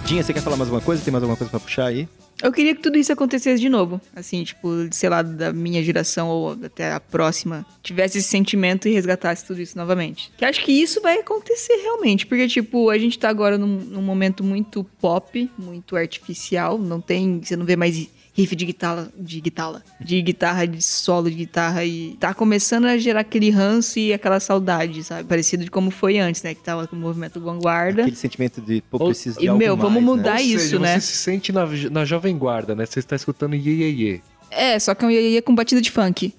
S3: Dinho, você quer falar mais alguma coisa? Tem mais alguma coisa pra puxar aí?
S2: Eu queria que tudo isso acontecesse de novo. Assim, tipo, sei lá, da minha geração ou até a próxima, tivesse esse sentimento e resgatasse tudo isso novamente. Que acho que isso vai acontecer realmente. Porque, tipo, a gente tá agora num, num momento muito pop, muito artificial. Não tem. Você não vê mais riff de guitarra, de guitarra, de guitarra, de solo de guitarra e tá começando a gerar aquele ranço e aquela saudade, sabe? Parecido de como foi antes, né? Que tava com o movimento vanguarda.
S3: Aquele sentimento de, pô,
S1: Ou-
S3: preciso de
S2: e,
S3: algo
S2: meu,
S3: mais,
S2: vamos
S3: né?
S2: mudar. Dá
S1: Ou seja,
S2: isso, né?
S1: Você se sente na, na Jovem Guarda, né? Você está escutando iê, iê, iê.
S2: É, só que é um iê com batida de funk.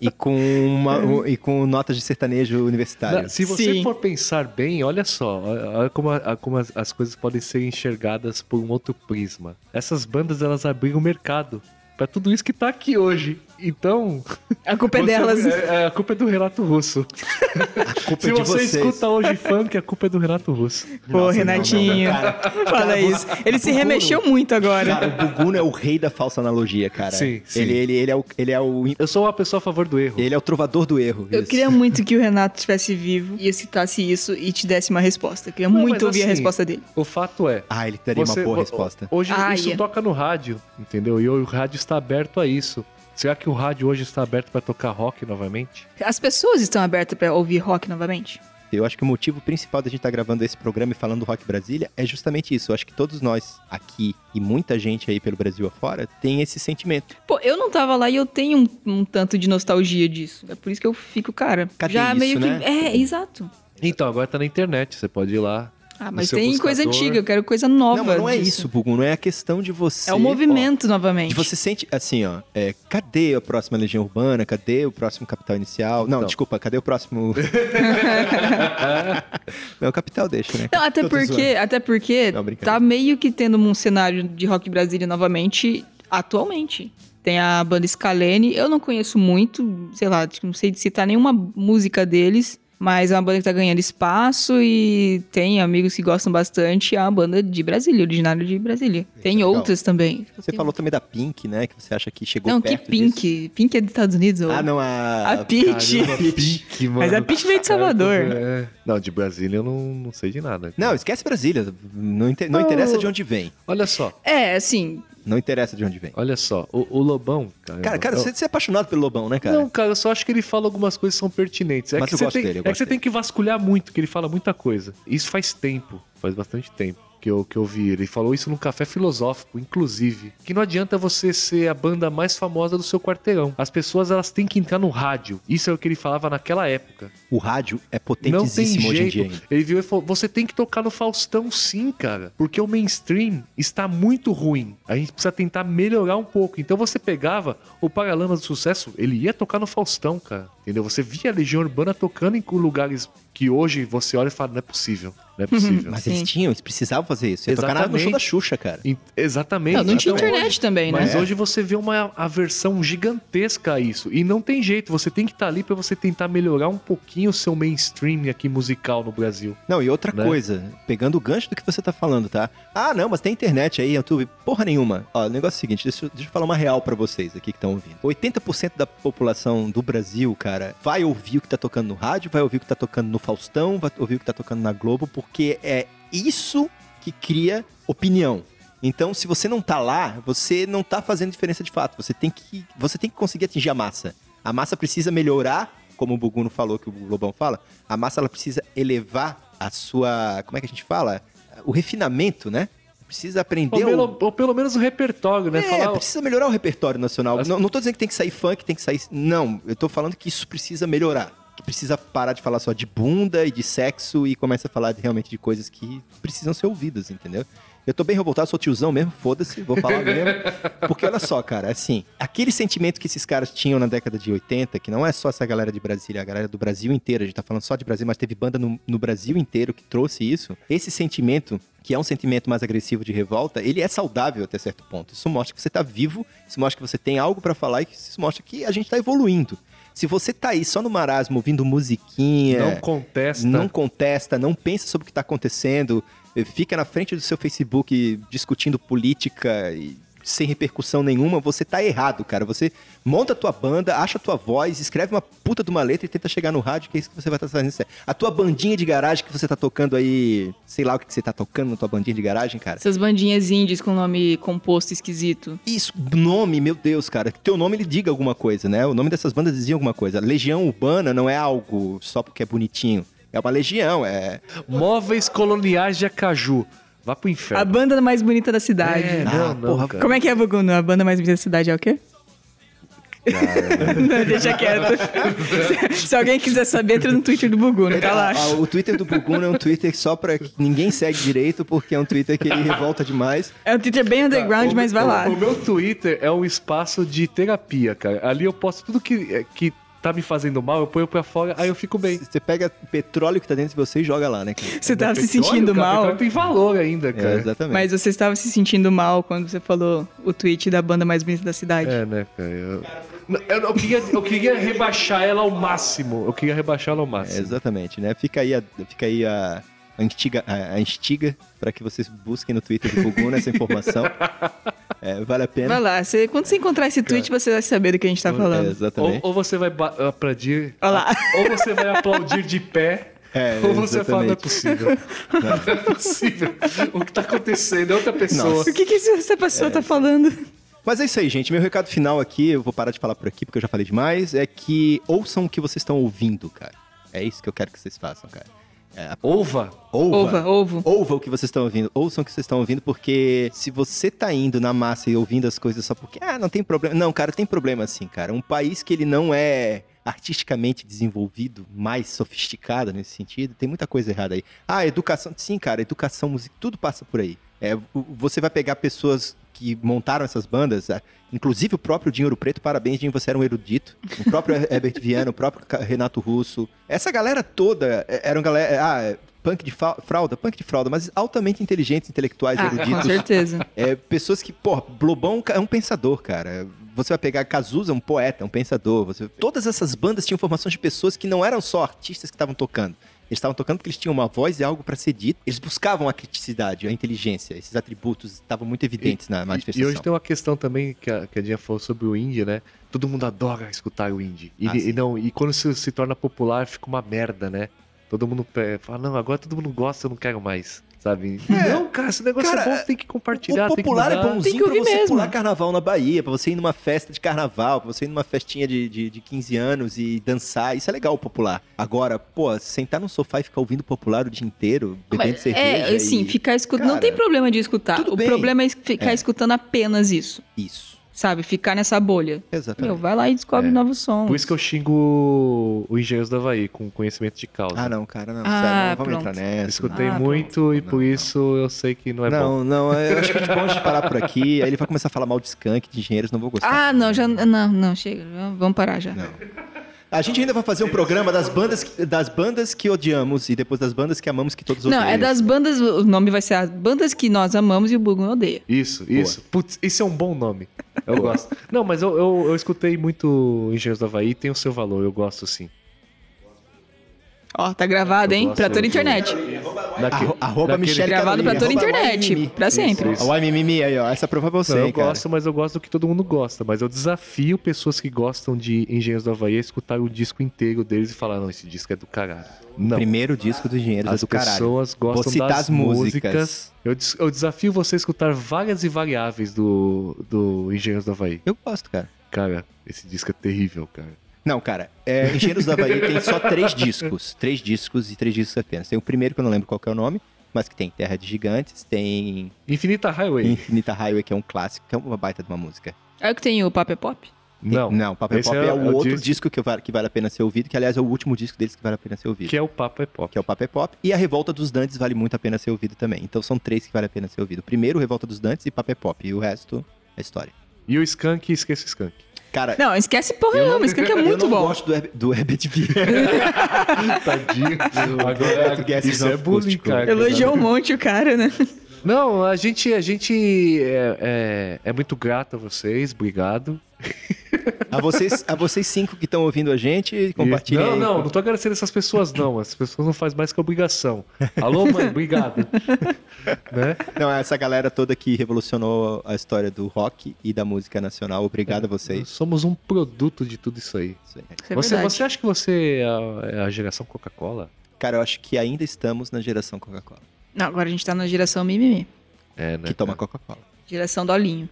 S3: E com, uma- um- e com notas de sertanejo universitário.
S1: Na- Se você
S2: Tá. Sim.
S1: for pensar bem, olha só, olha como, a- como as, as coisas podem ser enxergadas por um outro prisma. Essas bandas elas abriram o mercado para tudo isso que tá aqui hoje. Então,
S2: A culpa é
S1: Você-
S2: delas.
S1: é- é, a culpa é do Renato Russo.
S3: A culpa
S1: Se
S3: é de
S1: você
S3: vocês.
S1: escuta hoje funk, a culpa é do Renato Russo.
S2: Pô,
S3: Nossa,
S2: Renatinho.
S3: não, não, cara.
S2: Fala
S3: Cara,
S2: isso.
S3: você-
S2: Ele se
S3: Gugu-
S2: remexeu muito agora.
S3: Cara, o Buguno é o rei da falsa analogia, cara.
S1: Sim, sim.
S3: Ele, ele, ele, é, o, ele, é, o,
S1: Eu sou uma pessoa a favor do erro.
S3: ele é o trovador do erro.
S2: eu
S3: isso.
S2: queria muito que o Renato estivesse vivo e eu citasse isso e te desse uma resposta. Eu queria
S1: Não, mas
S2: é muito ouvir a
S1: assim,
S2: resposta dele.
S1: O fato é.
S3: Ah, ele daria
S1: você-
S3: uma boa
S1: vo-
S3: resposta.
S1: Hoje
S2: Ah,
S1: isso
S2: ia.
S1: toca no rádio, entendeu? E o rádio está aberto a isso. Será que o rádio hoje está aberto para tocar rock novamente?
S2: As pessoas estão abertas pra ouvir rock novamente?
S3: Eu acho que o motivo principal da gente estar gravando esse programa e falando do Rock Brasília é justamente isso. Eu acho que todos nós aqui e muita gente aí pelo Brasil afora tem esse sentimento.
S2: Pô, eu não tava lá e eu tenho um, um tanto de nostalgia disso. É por isso que eu fico, cara.
S3: Cadê
S2: já
S3: isso,
S2: meio que.
S3: né?
S2: É, exato.
S1: Então, agora tá na internet, você pode ir lá.
S2: Ah,
S1: no
S2: mas
S1: seu
S2: tem
S1: buscador.
S2: coisa antiga, eu quero coisa nova.
S3: não, mas não é
S2: disso.
S3: isso, Bugum. Não é a questão de você.
S2: É o movimento, novamente.
S3: De você sente assim, ó, é, cadê a próxima Legião Urbana? Cadê o próximo Capital Inicial? Não,
S1: Então.
S3: desculpa, cadê o próximo.
S2: É,
S1: Ah,
S3: não, o Capital deixa, né?
S2: Não, até
S3: Eu tô zoando.
S2: porque, até porque
S3: Não, brincadeira.
S2: tá meio que tendo um cenário de rock Brasília novamente atualmente. Tem a banda Scalene, eu não conheço muito, sei lá, tipo, não sei citar nenhuma música deles, mas é uma banda que tá ganhando espaço e tem amigos que gostam bastante, é uma banda de Brasília, originária de Brasília. tem
S3: é legal.
S2: outras também.
S3: Você falou também da Pink, né? Que você acha que chegou
S2: Não, que
S3: perto
S2: Pink.
S3: disso.
S2: Pink é dos Estados Unidos, ou...
S3: Ah, não, a.
S2: A Peach.
S1: Caramba, é pique, mano.
S2: Mas a Peach veio de Salvador.
S1: É. Não, de Brasília eu não, não sei de nada.
S3: Não, esquece Brasília. Não, inte- não
S2: Oh.
S3: interessa de onde vem.
S1: Olha só,
S2: É, assim,
S3: Não interessa de onde vem.
S1: olha só. O, o Lobão. Caramba,
S3: Cara, cara,
S1: eu-
S3: você, você é apaixonado pelo Lobão, né, cara?
S1: Não, cara, eu só acho que ele fala algumas coisas que são pertinentes. É
S3: Mas
S1: que
S3: eu
S1: você,
S3: gosto
S1: tem,
S3: dele, eu
S1: é que
S3: gosto
S1: você tem que vasculhar muito, que ele fala muita coisa. Isso faz tempo, faz bastante tempo que eu, que eu vi. Ele falou isso num café filosófico, inclusive. Que não adianta você ser a banda mais famosa do seu quarteirão. As pessoas, elas têm que entrar no rádio. Isso é o que ele falava naquela época.
S3: O rádio é
S1: Não tem
S3: potentíssimo hoje em
S1: jeito.
S3: dia ainda.
S1: Ele viu e falou: você tem que tocar no Faustão sim, cara. Porque o mainstream está muito ruim. A gente precisa tentar melhorar um pouco. Então você pegava o Paralamas do Sucesso, ele ia tocar no Faustão, cara. Entendeu? Você via a Legião Urbana tocando em lugares que hoje você olha e fala: não é possível. Não é possível.
S3: Mas eles
S2: Sim.
S3: tinham, eles precisavam fazer isso. Ia tocar na- no show
S1: Exatamente.
S3: da Xuxa, cara.
S1: E- Exatamente.
S2: não, não tinha
S1: Até hoje.
S2: internet também, né?
S1: Mas
S3: É.
S1: hoje você vê uma aversão gigantesca a isso. E não tem jeito, você tem que estar ali para você tentar melhorar um pouquinho o seu mainstream aqui musical no Brasil.
S3: Não, e outra
S1: Né?
S3: coisa, pegando o gancho do que você tá falando, tá? Ah, não, mas tem internet aí, YouTube. Porra nenhuma. Ó, o negócio é o seguinte, deixa, eu- deixa eu falar uma real pra vocês aqui que estão ouvindo. 80% da população do Brasil, cara, vai ouvir o que tá tocando no rádio, vai ouvir o que tá tocando no Faustão, vai ouvir o que tá tocando na Globo, porque é isso que cria opinião. Então, se você não tá lá, você não tá fazendo diferença de fato. Você tem que, você tem que conseguir atingir a massa. A massa precisa melhorar, como o Buguno falou, que o Lobão fala. A massa ela precisa elevar a sua, como é que a gente fala? O refinamento, né? Precisa
S1: Ou,
S3: aprender o-
S1: pelo, ou pelo menos o repertório, né?
S3: é,
S1: Falar,
S3: precisa melhorar o repertório nacional.
S1: As-
S3: Não, não tô dizendo que tem que sair funk, tem que sair. Não, eu tô falando que isso precisa melhorar. Que precisa parar de falar só de bunda e de sexo e começa a falar de- realmente de coisas que precisam ser ouvidas, entendeu? Eu tô bem revoltado, sou tiozão mesmo, foda-se, vou falar mesmo. Porque olha só, cara, assim, aquele sentimento que esses caras tinham na década de 80, que não é só essa galera de Brasília, é a galera do Brasil inteiro, a gente tá falando só de Brasil, mas teve banda no, no Brasil inteiro que trouxe isso. Esse sentimento, que é um sentimento mais agressivo de revolta, ele é saudável até certo ponto. Isso mostra que você tá vivo, isso mostra que você tem algo pra falar e isso mostra que a gente tá evoluindo. Se você tá aí só no marasmo ouvindo musiquinha,
S1: Não contesta.
S3: é. não contesta, não pensa sobre o que está acontecendo, eh, fica na frente do seu Facebook discutindo política e sem repercussão nenhuma, você tá errado, cara. Você monta a tua banda, acha a tua voz, escreve uma puta de uma letra e tenta chegar no rádio, que é isso que você vai estar fazendo certo. A tua bandinha de garagem que você tá tocando aí, sei lá o que, que você tá tocando na tua bandinha de garagem, cara.
S2: Essas bandinhas indies com nome composto esquisito.
S3: Isso, nome, meu Deus, cara. Que teu nome ele diga alguma coisa, né? O nome dessas bandas dizia alguma coisa. Legião Urbana não é algo só porque é bonitinho. É uma legião, é,
S1: Móveis coloniais de Acaju. Vá pro
S2: A
S1: inferno.
S2: banda mais bonita da cidade.
S1: É,
S3: Ah,
S1: não, não,
S3: porra,
S1: cara.
S2: Como é que é, Buguno? A banda mais bonita da cidade é o quê? Não, deixa quieto. se, se alguém quiser saber, entra no Twitter do Buguno, tá lá.
S3: Ah, o Twitter do Buguno é um Twitter só pra que ninguém segue direito, porque é um Twitter que ele revolta demais.
S2: É um Twitter bem underground,
S1: Tá, O-
S2: mas vai
S1: o-
S2: lá.
S1: O meu Twitter é um espaço de terapia, cara. Ali eu posto tudo que, é, que tá me fazendo mal, eu ponho pra fora, aí eu fico bem.
S3: Você pega o petróleo que tá dentro de você e joga lá, né? cara?
S2: Você tava se
S1: Petróleo,
S2: sentindo
S1: cara,
S2: mal,
S1: petróleo tem valor ainda,
S3: É,
S1: cara.
S3: exatamente.
S2: mas você estava se sentindo mal quando você falou o tweet da banda mais bonita da cidade.
S1: É, né, cara? Eu, Não, eu, eu queria, eu queria rebaixar ela ao máximo. Eu queria rebaixar ela ao
S3: É,
S2: assim-
S1: máximo.
S3: exatamente, né? Fica aí a, fica aí a, a instiga, a, a instiga pra que vocês busquem no Twitter do Buguno essa informação. É, vale a pena.
S2: Vai lá, você- quando você encontrar esse tweet, você vai saber do que a gente tá
S3: É,
S2: falando.
S1: ou,
S3: exatamente.
S1: ou você vai ba- aplaudir.
S2: Olha lá.
S1: Ou você vai aplaudir de pé.
S3: É,
S1: ou você fala, não é
S3: exatamente.
S1: possível. Não é possível. O que tá acontecendo? É outra pessoa.
S2: O que, que essa pessoa tá falando?
S3: Mas é isso aí, gente. Meu recado final aqui, eu vou parar de falar por aqui porque eu já falei demais, é que ouçam o que vocês estão ouvindo, cara. É isso que eu quero que vocês façam, cara. É,
S1: Ova.
S2: Ova, ovo.
S3: Ouva o que vocês estão ouvindo, ouçam o que vocês estão ouvindo, porque se você tá indo na massa e ouvindo as coisas só porque, ah, não tem problema. Não, cara, tem problema sim, cara. Um país que ele não é artisticamente desenvolvido, mais sofisticada nesse sentido, tem muita coisa errada aí. Ah, educação, sim, cara, educação, música, tudo passa por aí. É, o- você vai pegar pessoas que montaram essas bandas, é, inclusive o próprio Dinheiro Preto, parabéns, Dinho, você era um erudito. O próprio Herbert Viana, o próprio Ca- Renato Russo. Essa galera toda é, era uma galera. Ah, é, punk de fa- fralda, punk de fralda, mas altamente inteligentes, intelectuais,
S2: Ah, com
S3: eruditos.
S2: certeza.
S3: É, pessoas que, pô, Blobão é um pensador, cara. Você vai pegar Cazuza, um poeta, um pensador. Você... Todas essas bandas tinham formações de pessoas que não eram só artistas que estavam tocando. Eles estavam tocando porque eles tinham uma voz e algo pra ser dito. Eles buscavam a criticidade, a inteligência. Esses atributos estavam muito evidentes na
S1: E-
S3: manifestação.
S1: E hoje tem uma questão também que a, que a Dinha falou sobre o indie, né? Todo mundo adora escutar o indie. E,
S3: Ah,
S1: e
S3: sim.
S1: não, e quando se, se torna popular, fica uma merda, né? Todo mundo pe- fala, não, agora todo mundo gosta, eu não quero mais, sabe?
S3: É.
S1: Não, cara, esse negócio
S3: Cara,
S1: é bom, você tem que compartilhar,
S3: O popular
S1: tem
S3: é
S1: que mudar.
S2: Tem
S3: bonzinho
S2: que
S3: pra
S2: ouvir
S3: você
S2: mesmo.
S3: pular carnaval na Bahia, pra você ir numa festa de carnaval, pra você ir numa festinha de, de, de 15 anos e dançar. Isso é legal, o popular. Agora, pô, sentar no sofá e ficar ouvindo o popular o dia inteiro, bebendo
S2: Mas,
S3: cerveja.
S2: é, sim,
S3: e...
S2: ficar escutando. Não
S3: Cara,
S2: tem problema de escutar.
S3: tudo
S2: o
S3: bem.
S2: problema é ficar
S3: É.
S2: escutando apenas isso.
S3: Isso,
S2: Sabe? Ficar nessa bolha.
S3: exatamente.
S2: Meu, vai lá e descobre
S1: É.
S2: novos sons.
S1: Por isso que eu xingo o Engenheiros do Havaí, com conhecimento de causa.
S3: Ah, não, cara, não,
S2: Ah,
S3: sério, não vamos
S2: pronto.
S3: entrar nessa.
S1: Escutei
S2: Ah, pronto.
S1: muito e
S3: Não,
S1: por
S3: não.
S1: isso eu sei que não é bom.
S3: Não, não, eu acho que é bom a gente parar por aqui. Aí ele vai começar a falar mal de skunk, de engenheiros, não vou gostar.
S2: Ah, não, já. Não, não, chega. Vamos parar já.
S3: tá Não. A gente ainda vai fazer um programa das bandas, que- das bandas que odiamos e depois das bandas que amamos que todos
S2: Não,
S3: odiamos.
S2: é das bandas. O nome vai ser as bandas que nós amamos e o Bugun odeia.
S1: Isso, isso. Putz, esse é um bom nome. Eu gosto. Não, mas eu, eu, eu escutei muito Engenheiros do Havaí, tem o seu valor, eu gosto sim.
S2: Ó, tá gravado,
S1: Eu
S2: hein?
S1: Gosto,
S2: Pra toda a
S1: eu-
S2: internet. Tá
S1: Daque-
S3: Arro- arroba
S1: daquele-
S3: Michele
S2: Gravado pra
S3: Carolina,
S2: toda a
S3: arroba
S2: internet.
S3: YMMI.
S2: Pra sempre.
S1: isso.
S3: Ó, O YMMI aí, ó. Essa prova é pra você,
S1: Não,
S3: hein,
S1: eu
S3: cara.
S1: gosto, mas eu gosto do que todo mundo gosta. Mas eu desafio pessoas que gostam de Engenheiros do Havaí a escutar o disco inteiro deles e falar: não, esse disco é do caralho. Não.
S3: Primeiro disco do Engenheiros
S1: As
S3: é do caralho.
S1: pessoas
S3: Vou
S1: gostam
S3: citar
S1: das
S3: as músicas.
S1: músicas. Eu, des- eu desafio você a escutar várias e variáveis do, do Engenheiros do Havaí.
S3: Eu gosto, cara.
S1: Cara, esse disco é terrível, cara.
S3: Não, cara, é, Engenheiros do Havaí tem só três discos. Três discos e três discos apenas. Tem o primeiro que eu não lembro qual que é o nome, mas que tem Terra de Gigantes, tem
S1: Infinita Highway.
S3: Infinita Highway, que é um clássico, que é uma baita de uma música.
S2: É o que tem o Pop é Pop?
S1: Não.
S3: Não, Papel
S1: Esse
S3: Pop é,
S1: é
S3: o
S1: o
S3: outro
S1: disco-
S3: disco que, va- que vale a pena ser ouvido, que aliás é o último disco deles que vale a pena ser ouvido.
S1: Que é o Papa é Pop.
S3: que é o Papel Pop, e a Revolta dos Dantes vale muito a pena ser ouvido também. Então são três que vale a pena ser ouvido. Primeiro, Revolta dos Dantes e Papel Pop, e o resto é história.
S1: E o Skunk, esqueça o Skunk.
S3: Cara,
S2: Não, esquece porra nenhuma. Esse aqui é
S3: eu
S2: muito
S3: não
S2: bom.
S3: gosto do, Herb- do Herbert Viana.
S1: Tadinho. Agora,
S3: Guess is
S1: isso é
S3: not
S1: bullying,
S3: acústico.
S1: cara.
S2: Elogiou um monte o cara, né?
S1: Não, a gente, a gente é, é- é muito grato a vocês, obrigado.
S3: a, vocês, a vocês cinco que estão ouvindo a gente, compartilhem.
S1: Não,
S3: aí.
S1: não, não tô agradecendo essas pessoas, não. As pessoas não fazem mais que obrigação. Alô, mãe, obrigado. né?
S3: Não, essa galera toda que revolucionou a história do rock e da música nacional, obrigado a vocês.
S1: Somos um produto de tudo isso aí.
S3: Isso aí.
S2: Isso é
S1: você,
S2: verdade.
S1: você acha que você é a, é a geração Coca-Cola?
S3: Cara, eu acho que ainda estamos na geração Coca-Cola,
S2: Não, agora a gente tá na geração mimimi.
S1: É, né?
S3: que toma Coca-Cola,
S2: Geração Dolinho.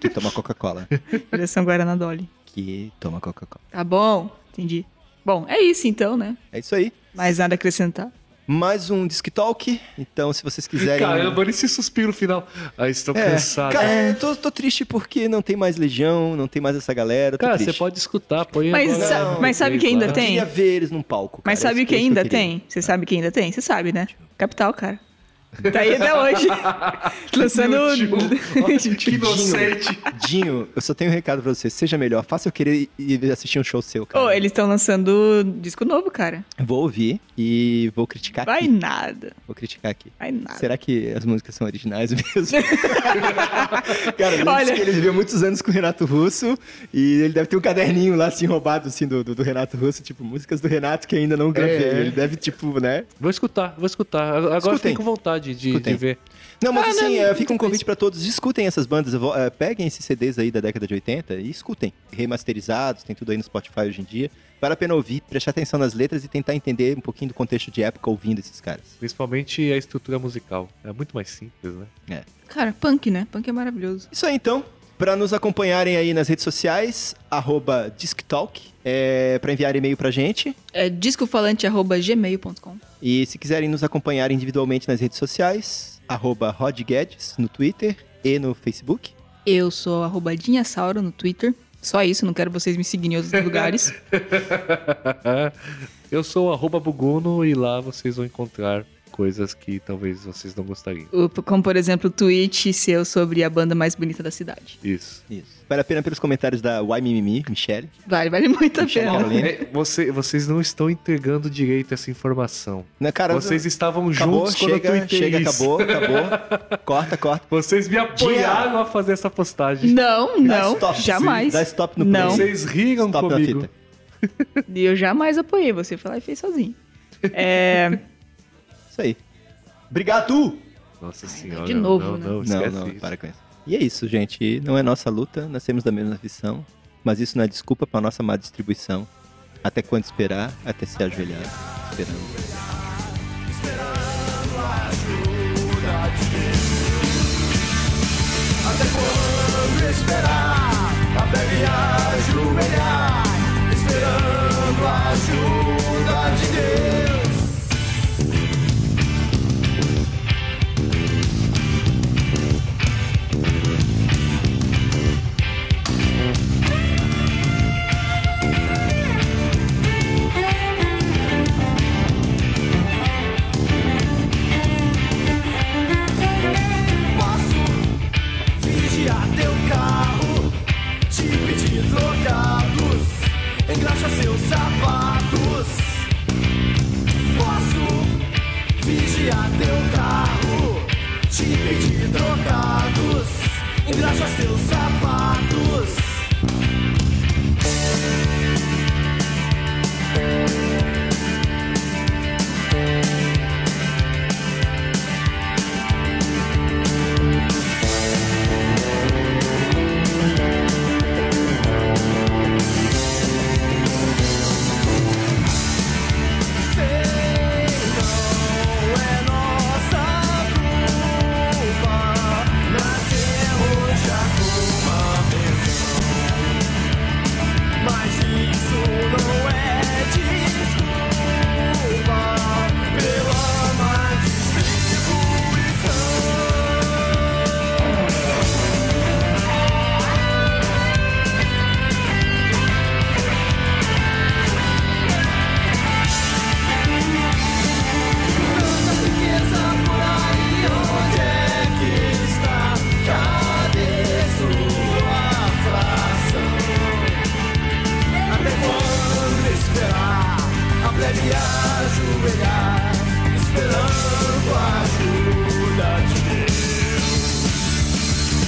S3: que toma Coca-Cola,
S2: Geração Guaraná Dolly.
S3: que toma Coca-Cola.
S2: Tá bom, entendi. Bom, é isso então, né?
S3: É isso aí.
S2: Mais nada a acrescentar.
S3: Mais um Disc Talk. Então, se vocês quiserem.
S1: Caramba, olha esse suspiro final. Ah, estou
S3: É,
S1: cansado.
S3: cara, eu tô, tô triste porque não tem mais Legião, não tem mais essa galera. eu tô
S1: Cara,
S3: triste.
S1: você pode escutar, põe
S2: Mas
S1: agora
S2: sa-
S1: no
S2: mas sabe
S1: play
S2: que ainda
S1: lá.
S3: Eu
S2: tem?
S3: queria ver eles num palco.
S2: Mas
S3: cara,
S2: sabe
S3: isso
S2: o que
S3: é isso eu
S2: ainda
S3: queria.
S2: tem? Você sabe que ainda tem? Você sabe, né? Capital, cara. Tá aí até hoje. Lançando.
S1: Que inocente.
S3: Dinho, eu só tenho um recado pra você. Seja melhor, faça eu querer ir assistir um show seu, cara.
S2: Ô, eles estão lançando disco novo, cara.
S3: Vou ouvir e vou criticar
S2: Vai
S3: aqui.
S2: nada.
S3: Vou criticar aqui.
S2: Vai nada.
S3: Será que as músicas são originais mesmo? Cara, ele
S2: Olha.
S3: disse que ele viveu muitos anos com o Renato Russo e ele deve ter um caderninho lá, assim, roubado, assim, do, do, do Renato Russo, tipo, músicas do Renato que ainda não gravei.
S1: É.
S3: Ele deve, tipo, né?
S1: Vou escutar, vou escutar. Agora eu
S3: Escutem.
S1: fiquei com vontade de,
S3: Escutem.
S1: de ver.
S3: Não, mas
S2: Ah,
S3: assim,
S2: não,
S3: eh, fica um convite pra todos. Escutem essas bandas, vo- eh, peguem esses CDs aí da década de 80 e escutem. Remasterizados, tem tudo aí no Spotify hoje em dia. Vale a pena ouvir, prestar atenção nas letras e tentar entender um pouquinho do contexto de época ouvindo esses caras.
S1: Principalmente a estrutura musical. É muito mais simples, né?
S2: Cara, punk, né? Punk é maravilhoso.
S3: Isso aí então. Pra nos acompanharem aí nas redes sociais, arroba DiscTalk, é, para enviar e-mail pra gente.
S2: É discofalante.gmail.com.
S3: E se quiserem nos acompanhar individualmente nas redes sociais, arroba Rod Guedes no Twitter e no Facebook.
S2: Eu sou arroba Dinhasauro no Twitter. Só isso, não quero vocês me seguirem em outros lugares.
S1: Eu sou o arroba Buguno e lá vocês vão encontrar coisas que talvez vocês não gostariam.
S2: O- Como, por exemplo, o tweet seu sobre a banda mais bonita da cidade.
S1: Isso.
S3: Isso. Vale a pena pelos comentários da Why Mimimi, Michelle.
S2: Vale, vale muito a
S3: Michelle
S2: pena.
S3: Carolina.
S1: É, você- vocês não estão entregando direito essa informação.
S3: Né, cara,
S1: Vocês estavam
S3: acabou,
S1: juntos quando eu
S3: chega,
S1: tuitei
S3: chega,
S1: isso.
S3: acabou, acabou. corta, corta.
S1: Vocês me apoiaram a fazer essa postagem.
S2: Não,
S3: Dá
S2: não,
S3: stop,
S2: jamais.
S3: sim, Dá stop no
S2: Não.
S3: play.
S1: Vocês riram
S3: Stop na
S1: comigo.
S3: fita.
S2: E eu jamais apoiei você. Foi lá e fez sozinho. É,
S3: Isso aí. Obrigado!
S1: Nossa
S2: não,
S1: senhora.
S2: de novo,
S1: não,
S2: né?
S1: não,
S3: Não,
S1: esquece
S3: não,
S1: isso.
S3: para com isso. E é isso, gente. Não é nossa luta, nós temos da mesma afição, mas isso não é desculpa para nossa má distribuição. Até quando esperar? Até se ajoelhar. Esperando.
S5: passo Vigiar teu carro Te pedir trocados Engraxa seus sapatos Posso vigiar teu carro Te pedir trocados Engraxa seus sapatos Sei, não é nossa culpa Nascer hoje alguma pessoa Mas isso não é desculpa Pela má distribuição riqueza por aí, onde é que está? Cadê sua fração? Até quando esperar? A plebe ajoelhar, esperando a ajuda de Deus.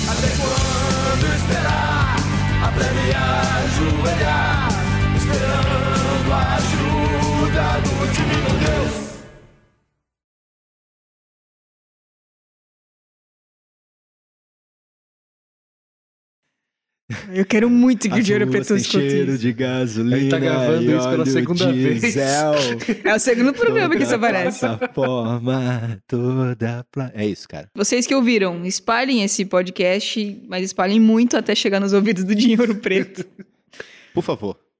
S5: Até quando esperar? A plebe ajoelhar, esperando a ajuda do divino Deus.
S2: eu quero muito que o Júlio
S3: As
S2: Petrus
S3: ruas têm
S2: escute
S3: cheiro
S2: isso.
S3: de gasolina.
S1: Ele tá gravando
S3: e
S1: isso pela
S3: óleo
S1: segunda vez.
S3: diesel.
S2: É o segundo programa que isso
S3: Toda
S2: aparece.
S3: Plataforma, toda pla... É isso, cara.
S2: Vocês que ouviram, espalhem esse podcast, mas espalhem muito até chegar nos ouvidos do Dinheiro Preto.
S3: Por favor.